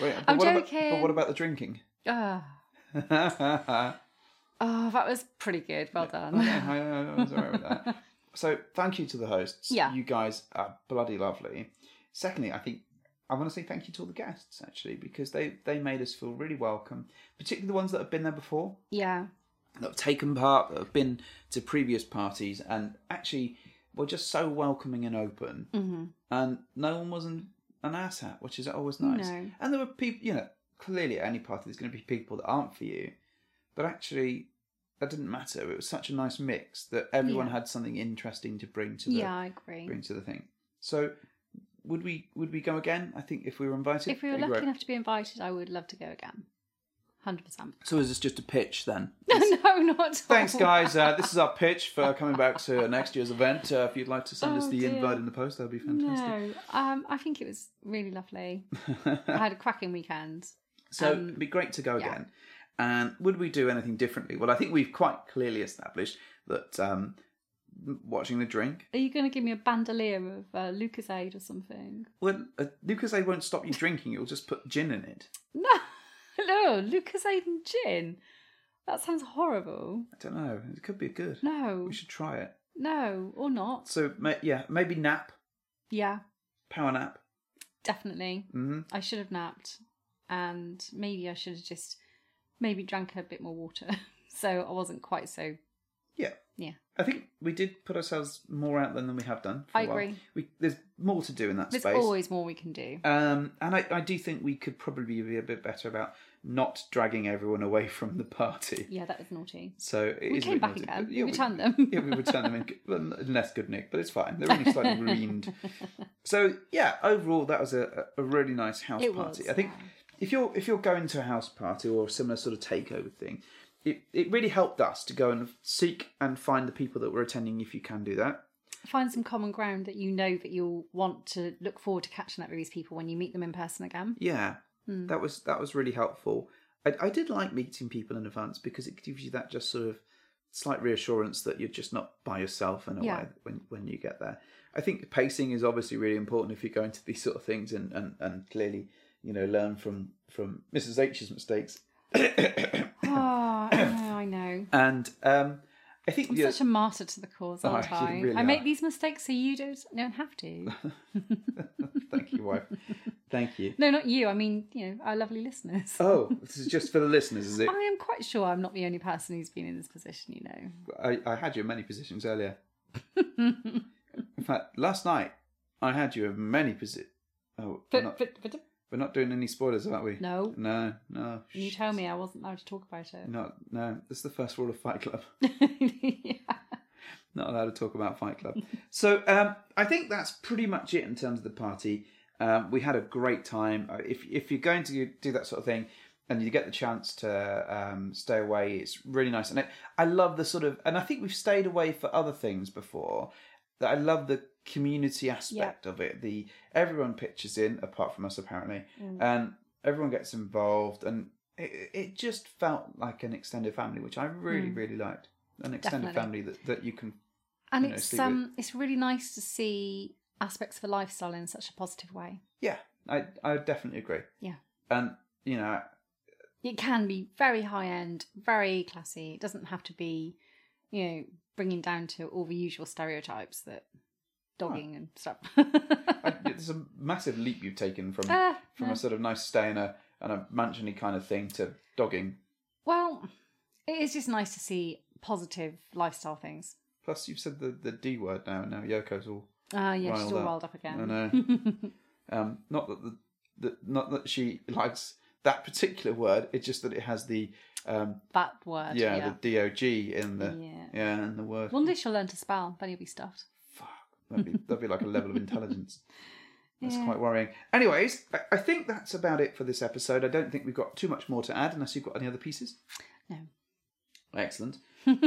[SPEAKER 3] Wait, but
[SPEAKER 2] I'm
[SPEAKER 3] what about-
[SPEAKER 2] joking.
[SPEAKER 3] but what about the drinking? *laughs*
[SPEAKER 2] Ah.
[SPEAKER 3] yeah,
[SPEAKER 2] oh, that was pretty good. Well done.
[SPEAKER 3] I, I was alright with
[SPEAKER 2] *laughs*
[SPEAKER 3] that. So thank you to the hosts.
[SPEAKER 2] Yeah.
[SPEAKER 3] You guys are bloody lovely. Secondly, I think I want to say thank you to all the guests actually because they they made us feel really welcome, particularly the ones that have been there before,
[SPEAKER 2] *laughs* yeah.
[SPEAKER 3] that have taken part, that have been to previous parties, and actually were just so welcoming and open.
[SPEAKER 2] hmm
[SPEAKER 3] and no one was an, an asshat, which is always nice.
[SPEAKER 2] No.
[SPEAKER 3] And there were people, you know, clearly at any party there's going to be people that aren't for you, but actually that didn't matter. It was such a nice mix that everyone
[SPEAKER 2] Yeah.
[SPEAKER 3] had something interesting to bring to the
[SPEAKER 2] Yeah, I agree.
[SPEAKER 3] bring to the thing. So would we would we go again? I think if we were invited,
[SPEAKER 2] If we were
[SPEAKER 3] that'd be
[SPEAKER 2] lucky
[SPEAKER 3] great.
[SPEAKER 2] enough to be invited, I would love to go again. 100%. *laughs*
[SPEAKER 3] So is this just a pitch then?
[SPEAKER 2] no, not at
[SPEAKER 3] *laughs*
[SPEAKER 2] all.
[SPEAKER 3] Thanks, guys. Uh, this is our pitch for coming back to next year's event. Uh, if you'd like to send us
[SPEAKER 2] Oh,
[SPEAKER 3] the
[SPEAKER 2] dear.
[SPEAKER 3] invite in the post, that'd be fantastic.
[SPEAKER 2] No, um, I think it was really
[SPEAKER 3] *laughs*
[SPEAKER 2] lovely. I had a cracking weekend.
[SPEAKER 3] So
[SPEAKER 2] Um,
[SPEAKER 3] it'd be great to go
[SPEAKER 2] yeah.
[SPEAKER 3] again. And would we do anything differently? Well, I think we've quite clearly established that um, watching the drink.
[SPEAKER 2] Are you going to give me a bandolier of uh, Lucasade or something?
[SPEAKER 3] Well, uh, Lucas, they won't stop you drinking. It'll just put gin in it.
[SPEAKER 2] No, *laughs* no, Lucasade and gin. That sounds horrible.
[SPEAKER 3] I don't know. It could be good.
[SPEAKER 2] No,
[SPEAKER 3] We should try it.
[SPEAKER 2] no, or not.
[SPEAKER 3] So ma- yeah, maybe nap,
[SPEAKER 2] Yeah,
[SPEAKER 3] power nap.
[SPEAKER 2] definitely.
[SPEAKER 3] hmm
[SPEAKER 2] I should have napped, and maybe I should have just maybe drank a bit more water, *laughs* so I wasn't quite so.
[SPEAKER 3] Yeah,
[SPEAKER 2] Yeah,
[SPEAKER 3] I think we did put ourselves more out there than we have done. For
[SPEAKER 2] I
[SPEAKER 3] a while.
[SPEAKER 2] agree.
[SPEAKER 3] We, there's more to do in that
[SPEAKER 2] there's
[SPEAKER 3] space.
[SPEAKER 2] always more we can do.
[SPEAKER 3] Um, and I, I do think we could probably be a bit better about not dragging everyone away from the party.
[SPEAKER 2] Yeah, that was naughty.
[SPEAKER 3] So it
[SPEAKER 2] We
[SPEAKER 3] is a
[SPEAKER 2] came
[SPEAKER 3] bit
[SPEAKER 2] back
[SPEAKER 3] naughty,
[SPEAKER 2] again.
[SPEAKER 3] but yeah,
[SPEAKER 2] we
[SPEAKER 3] we-
[SPEAKER 2] returned them.
[SPEAKER 3] yeah, we returned them in g- well, in less good nick, but it's fine. They're only
[SPEAKER 2] *laughs*
[SPEAKER 3] slightly ruined. So yeah, overall that was a, a a really nice house
[SPEAKER 2] It
[SPEAKER 3] party.
[SPEAKER 2] was,
[SPEAKER 3] I think
[SPEAKER 2] yeah.
[SPEAKER 3] if you're if you're going to a house party or a similar sort of takeover thing, it, it really helped us to go and seek and find the people that were attending if you can do that.
[SPEAKER 2] find some common ground that you know that you'll want to look forward to catching up with these people when you meet them in person again.
[SPEAKER 3] Yeah,
[SPEAKER 2] Hmm.
[SPEAKER 3] that was that was really helpful. I, I did like meeting people in advance because it gives you that just sort of slight reassurance that you're just not by yourself in a
[SPEAKER 2] Yeah.
[SPEAKER 3] way when when you get there. I think pacing is obviously really important if you're going to these sort of things and and, and clearly you know learn from from Mrs H's mistakes.
[SPEAKER 2] Oh, *coughs* I know, I know.
[SPEAKER 3] And um, I think
[SPEAKER 2] I'm
[SPEAKER 3] the-
[SPEAKER 2] such a martyr to the cause, aren't
[SPEAKER 3] Oh, *laughs* you
[SPEAKER 2] I?
[SPEAKER 3] really
[SPEAKER 2] I make
[SPEAKER 3] are.
[SPEAKER 2] these mistakes so you don't don't
[SPEAKER 3] *laughs*
[SPEAKER 2] have to.
[SPEAKER 3] thank you,
[SPEAKER 2] *laughs*
[SPEAKER 3] wife. thank you.
[SPEAKER 2] No, not you. I mean, you know, our lovely listeners. *laughs*
[SPEAKER 3] Oh, this is just for the listeners, is it?
[SPEAKER 2] I am quite sure I'm not the only person who's been in this position. You know,
[SPEAKER 3] I, I had you in many positions
[SPEAKER 2] *laughs*
[SPEAKER 3] earlier. in fact, last night I had you in many positions. Oh, we're,
[SPEAKER 2] but
[SPEAKER 3] not,
[SPEAKER 2] but, but
[SPEAKER 3] we're not doing any spoilers, aren't we?
[SPEAKER 2] No.
[SPEAKER 3] No, no.
[SPEAKER 2] you
[SPEAKER 3] sh-
[SPEAKER 2] tell me I wasn't allowed to talk about it.
[SPEAKER 3] Not, no, this is the first rule of Fight Club. Mm.
[SPEAKER 2] yeah.
[SPEAKER 3] not allowed to talk about Fight Club. so um, I think that's pretty much it in terms of the party. Um, we had a great time. Uh, If if you're going to do that sort of thing, and you get the chance to um, stay away, it's really nice. And I, I love the sort of, and I think we've stayed away for other things before. That I love the community aspect of it. The everyone pitches in, apart from us apparently, and everyone gets involved. And it, it just felt like an extended family, which I really, really liked. An extended
[SPEAKER 2] Definitely.
[SPEAKER 3] family that, that you can.
[SPEAKER 2] *laughs* and
[SPEAKER 3] you know,
[SPEAKER 2] it's
[SPEAKER 3] sleep with-
[SPEAKER 2] um, it's really nice to see aspects of a lifestyle in such a positive way.
[SPEAKER 3] Yeah, I I definitely agree.
[SPEAKER 2] Yeah,
[SPEAKER 3] And you know,
[SPEAKER 2] it can be very high end, very classy. It doesn't have to be, you know, bringing down to all the usual stereotypes that dogging and stuff.
[SPEAKER 3] I, *laughs* it's a massive leap you've taken from
[SPEAKER 2] Ah,
[SPEAKER 3] from a sort of nice stay in a and a mansiony kind of thing to dogging.
[SPEAKER 2] well, it is just nice to see positive lifestyle things.
[SPEAKER 3] Plus, you've said the, the D word now, and now Yoko's all
[SPEAKER 2] Ah, yeah, she's
[SPEAKER 3] Riled
[SPEAKER 2] all
[SPEAKER 3] up.
[SPEAKER 2] rolled up again.
[SPEAKER 3] I
[SPEAKER 2] *laughs*
[SPEAKER 3] know. um, not that the, the not that she likes that particular word. It's just that it has the um,
[SPEAKER 2] That word.
[SPEAKER 3] yeah,
[SPEAKER 2] Yeah.
[SPEAKER 3] the dog in the
[SPEAKER 2] Yeah.
[SPEAKER 3] yeah, in the word.
[SPEAKER 2] One day she'll learn to spell, then you'll be stuffed.
[SPEAKER 3] Fuck, that'd be that'd be like a level of
[SPEAKER 2] *laughs*
[SPEAKER 3] intelligence. That's
[SPEAKER 2] Yeah.
[SPEAKER 3] quite worrying. Anyways, I- I think that's about it for this episode. I don't think we've got too much more to add, unless you've got any other pieces.
[SPEAKER 2] No. *laughs*
[SPEAKER 3] Excellent.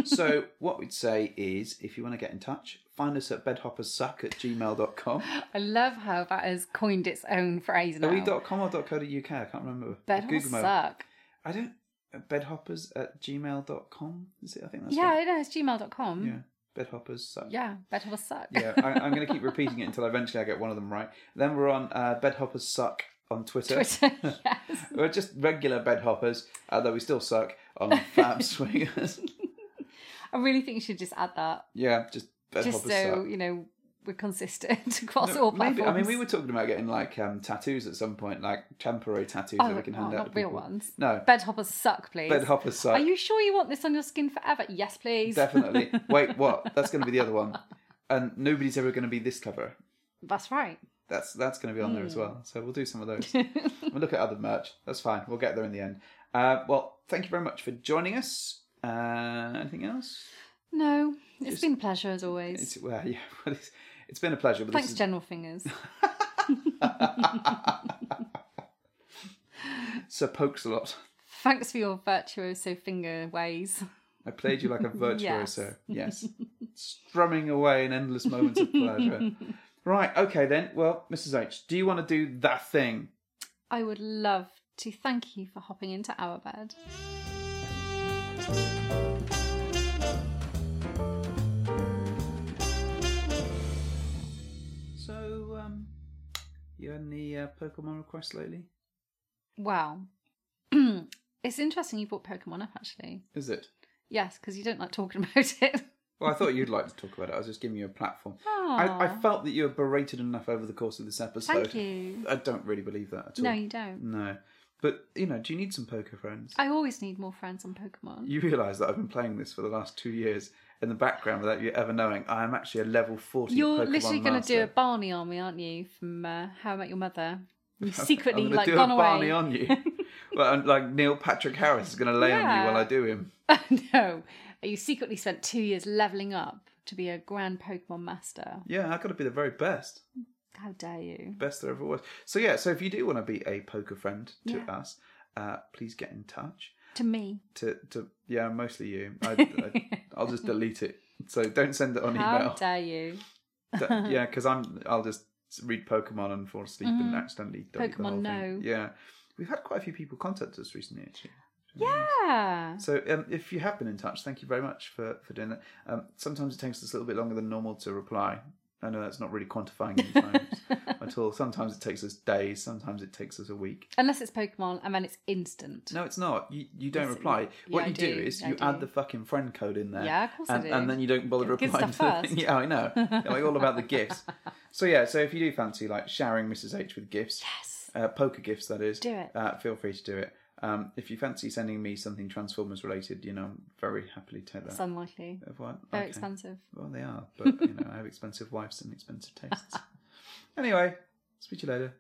[SPEAKER 3] so, what we'd say is if you want to get in touch, find us at bedhoppersuck at gmail.com.
[SPEAKER 2] I love how that has coined its own phrase now.
[SPEAKER 3] Are we dot .com or dot .co.uk? I can't remember.
[SPEAKER 2] Bed will
[SPEAKER 3] Google
[SPEAKER 2] suck.
[SPEAKER 3] I don't. Bedhoppers at gmail.com? Is it? I think that's
[SPEAKER 2] Yeah,
[SPEAKER 3] What,
[SPEAKER 2] I know, it's gmail.com.
[SPEAKER 3] yeah. Bedhoppers suck.
[SPEAKER 2] Yeah, better will suck. *laughs*
[SPEAKER 3] yeah, I, I'm going to keep repeating it until eventually I get one of them right. Then we're on uh, Bedhoppers Suck on Twitter.
[SPEAKER 2] Twitter,
[SPEAKER 3] *laughs*
[SPEAKER 2] yes.
[SPEAKER 3] We're just regular bedhoppers, although we still suck
[SPEAKER 2] *laughs*
[SPEAKER 3] on Fab Swingers. *laughs*
[SPEAKER 2] I really think you should just add that,
[SPEAKER 3] yeah, just bedhoppers
[SPEAKER 2] just so
[SPEAKER 3] suck.
[SPEAKER 2] you know we're consistent *laughs* across
[SPEAKER 3] No,
[SPEAKER 2] all
[SPEAKER 3] maybe,
[SPEAKER 2] platforms.
[SPEAKER 3] I mean, we were talking about getting like um, tattoos at some point, like temporary tattoos
[SPEAKER 2] Oh,
[SPEAKER 3] that we can
[SPEAKER 2] no,
[SPEAKER 3] hand out
[SPEAKER 2] not
[SPEAKER 3] to
[SPEAKER 2] real
[SPEAKER 3] people.
[SPEAKER 2] ones.
[SPEAKER 3] No,
[SPEAKER 2] Bedhoppers suck, please.
[SPEAKER 3] bedhoppers suck.
[SPEAKER 2] Are you *laughs* sure you want this on your skin forever? Yes, please.
[SPEAKER 3] Definitely. Wait, what? That's going to be the other one. And nobody's ever going to be this clever.
[SPEAKER 2] *laughs* That's right.
[SPEAKER 3] That's that's going to be on there as
[SPEAKER 2] Hmm.
[SPEAKER 3] well. So we'll do some of
[SPEAKER 2] *laughs*
[SPEAKER 3] those. we'll look at other merch. That's fine. We'll get there in the end. Uh, well, thank you very much for joining us. Uh, anything else?
[SPEAKER 2] No, it's been a pleasure as always.
[SPEAKER 3] It's, well, *laughs* yeah, well, it's, it's been a pleasure. But
[SPEAKER 2] Thanks,
[SPEAKER 3] this is,
[SPEAKER 2] General
[SPEAKER 3] *laughs*
[SPEAKER 2] Fingers.
[SPEAKER 3] Sir Pokes a lot.
[SPEAKER 2] Thanks for your virtuoso finger ways.
[SPEAKER 3] I played you like
[SPEAKER 2] *laughs*
[SPEAKER 3] a virtuoso.
[SPEAKER 2] Yes.
[SPEAKER 3] yes.
[SPEAKER 2] *laughs*
[SPEAKER 3] Strumming away in endless moments of
[SPEAKER 2] *laughs*
[SPEAKER 3] pleasure. right, okay then. Well, Mrs. H, do you want to do that thing?
[SPEAKER 2] I would love to thank you for hopping into our bed.
[SPEAKER 3] So, um, you had any uh, Pokemon requests lately?
[SPEAKER 2] Wow. *clears throat* it's interesting you brought Pokemon up, actually.
[SPEAKER 3] Is it?
[SPEAKER 2] Yes, because you don't like talking *laughs* about it.
[SPEAKER 3] Well, I thought you'd like to talk about it. I was just giving you a platform. I, I
[SPEAKER 2] Aw.
[SPEAKER 3] felt that you were berated enough over the course of this episode.
[SPEAKER 2] Thank you.
[SPEAKER 3] I don't really believe that at all.
[SPEAKER 2] No, you don't.
[SPEAKER 3] No. But, you know, do you need some poker friends?
[SPEAKER 2] I always need more friends on Pokemon.
[SPEAKER 3] You realise that I've been playing this for the last two years in the background without you ever knowing. I am actually a level 40
[SPEAKER 2] You're
[SPEAKER 3] Pokemon
[SPEAKER 2] literally going to
[SPEAKER 3] master.
[SPEAKER 2] do a Barney on me, aren't you? From uh, How About Your Mother. You've
[SPEAKER 3] *laughs*
[SPEAKER 2] secretly
[SPEAKER 3] I'm gonna
[SPEAKER 2] like
[SPEAKER 3] do
[SPEAKER 2] gone
[SPEAKER 3] a
[SPEAKER 2] away.
[SPEAKER 3] Barney on you.
[SPEAKER 2] *laughs*
[SPEAKER 3] well, I'm like Neil Patrick Harris is going to lay on
[SPEAKER 2] Yeah.
[SPEAKER 3] you while I do him.
[SPEAKER 2] *laughs* no, you secretly spent two years leveling up to be a grand Pokemon master.
[SPEAKER 3] Yeah, I've got to be the very best.
[SPEAKER 2] How dare you?
[SPEAKER 3] best there ever was. So yeah, so if you do want to be a poker friend to
[SPEAKER 2] Yeah.
[SPEAKER 3] us, uh, please get in touch.
[SPEAKER 2] To me.
[SPEAKER 3] To to yeah, mostly you. I,
[SPEAKER 2] *laughs*
[SPEAKER 3] I, I'll just delete it. So don't send it on
[SPEAKER 2] How
[SPEAKER 3] email. *laughs*
[SPEAKER 2] dare you? *laughs*
[SPEAKER 3] D- yeah, because I'm I'll just read Pokemon and fall asleep and accidentally delete the
[SPEAKER 2] Mm. Pokemon
[SPEAKER 3] whole
[SPEAKER 2] no.
[SPEAKER 3] thing. Yeah, we've had quite a few people contact us recently actually.
[SPEAKER 2] Yeah.
[SPEAKER 3] So um, if you have been in touch, thank you very much for, for doing that. Um, sometimes it takes us a little bit longer than normal to reply. I know that's not really quantifying
[SPEAKER 2] *laughs*
[SPEAKER 3] in times at all. Sometimes it takes us days. Sometimes it takes us a week.
[SPEAKER 2] Unless it's Pokemon and then it's instant.
[SPEAKER 3] No, it's not. You you don't
[SPEAKER 2] Yes,
[SPEAKER 3] reply.
[SPEAKER 2] yeah,
[SPEAKER 3] what
[SPEAKER 2] I
[SPEAKER 3] you do,
[SPEAKER 2] do,
[SPEAKER 3] is
[SPEAKER 2] I
[SPEAKER 3] you add
[SPEAKER 2] do.
[SPEAKER 3] the fucking friend code in there.
[SPEAKER 2] Yeah, of course I
[SPEAKER 3] and,
[SPEAKER 2] do.
[SPEAKER 3] And then you don't bother
[SPEAKER 2] Get the good
[SPEAKER 3] replying to
[SPEAKER 2] stuff
[SPEAKER 3] the thing.
[SPEAKER 2] first.
[SPEAKER 3] *laughs* Yeah, I know. like all about the
[SPEAKER 2] *laughs*
[SPEAKER 3] gifts. So yeah, so if you do fancy like showering Mrs H with gifts,
[SPEAKER 2] Yes.
[SPEAKER 3] uh, poker gifts that is,
[SPEAKER 2] Do it.
[SPEAKER 3] Uh, feel free to do it. Um, if you fancy sending me something Transformers related, you know, I'm very happily take that.
[SPEAKER 2] It's unlikely.
[SPEAKER 3] Of what?
[SPEAKER 2] Very
[SPEAKER 3] Okay.
[SPEAKER 2] expensive.
[SPEAKER 3] Well,
[SPEAKER 2] *laughs*
[SPEAKER 3] they are, but you know, I have expensive wives and expensive tastes. anyway, speak to you later.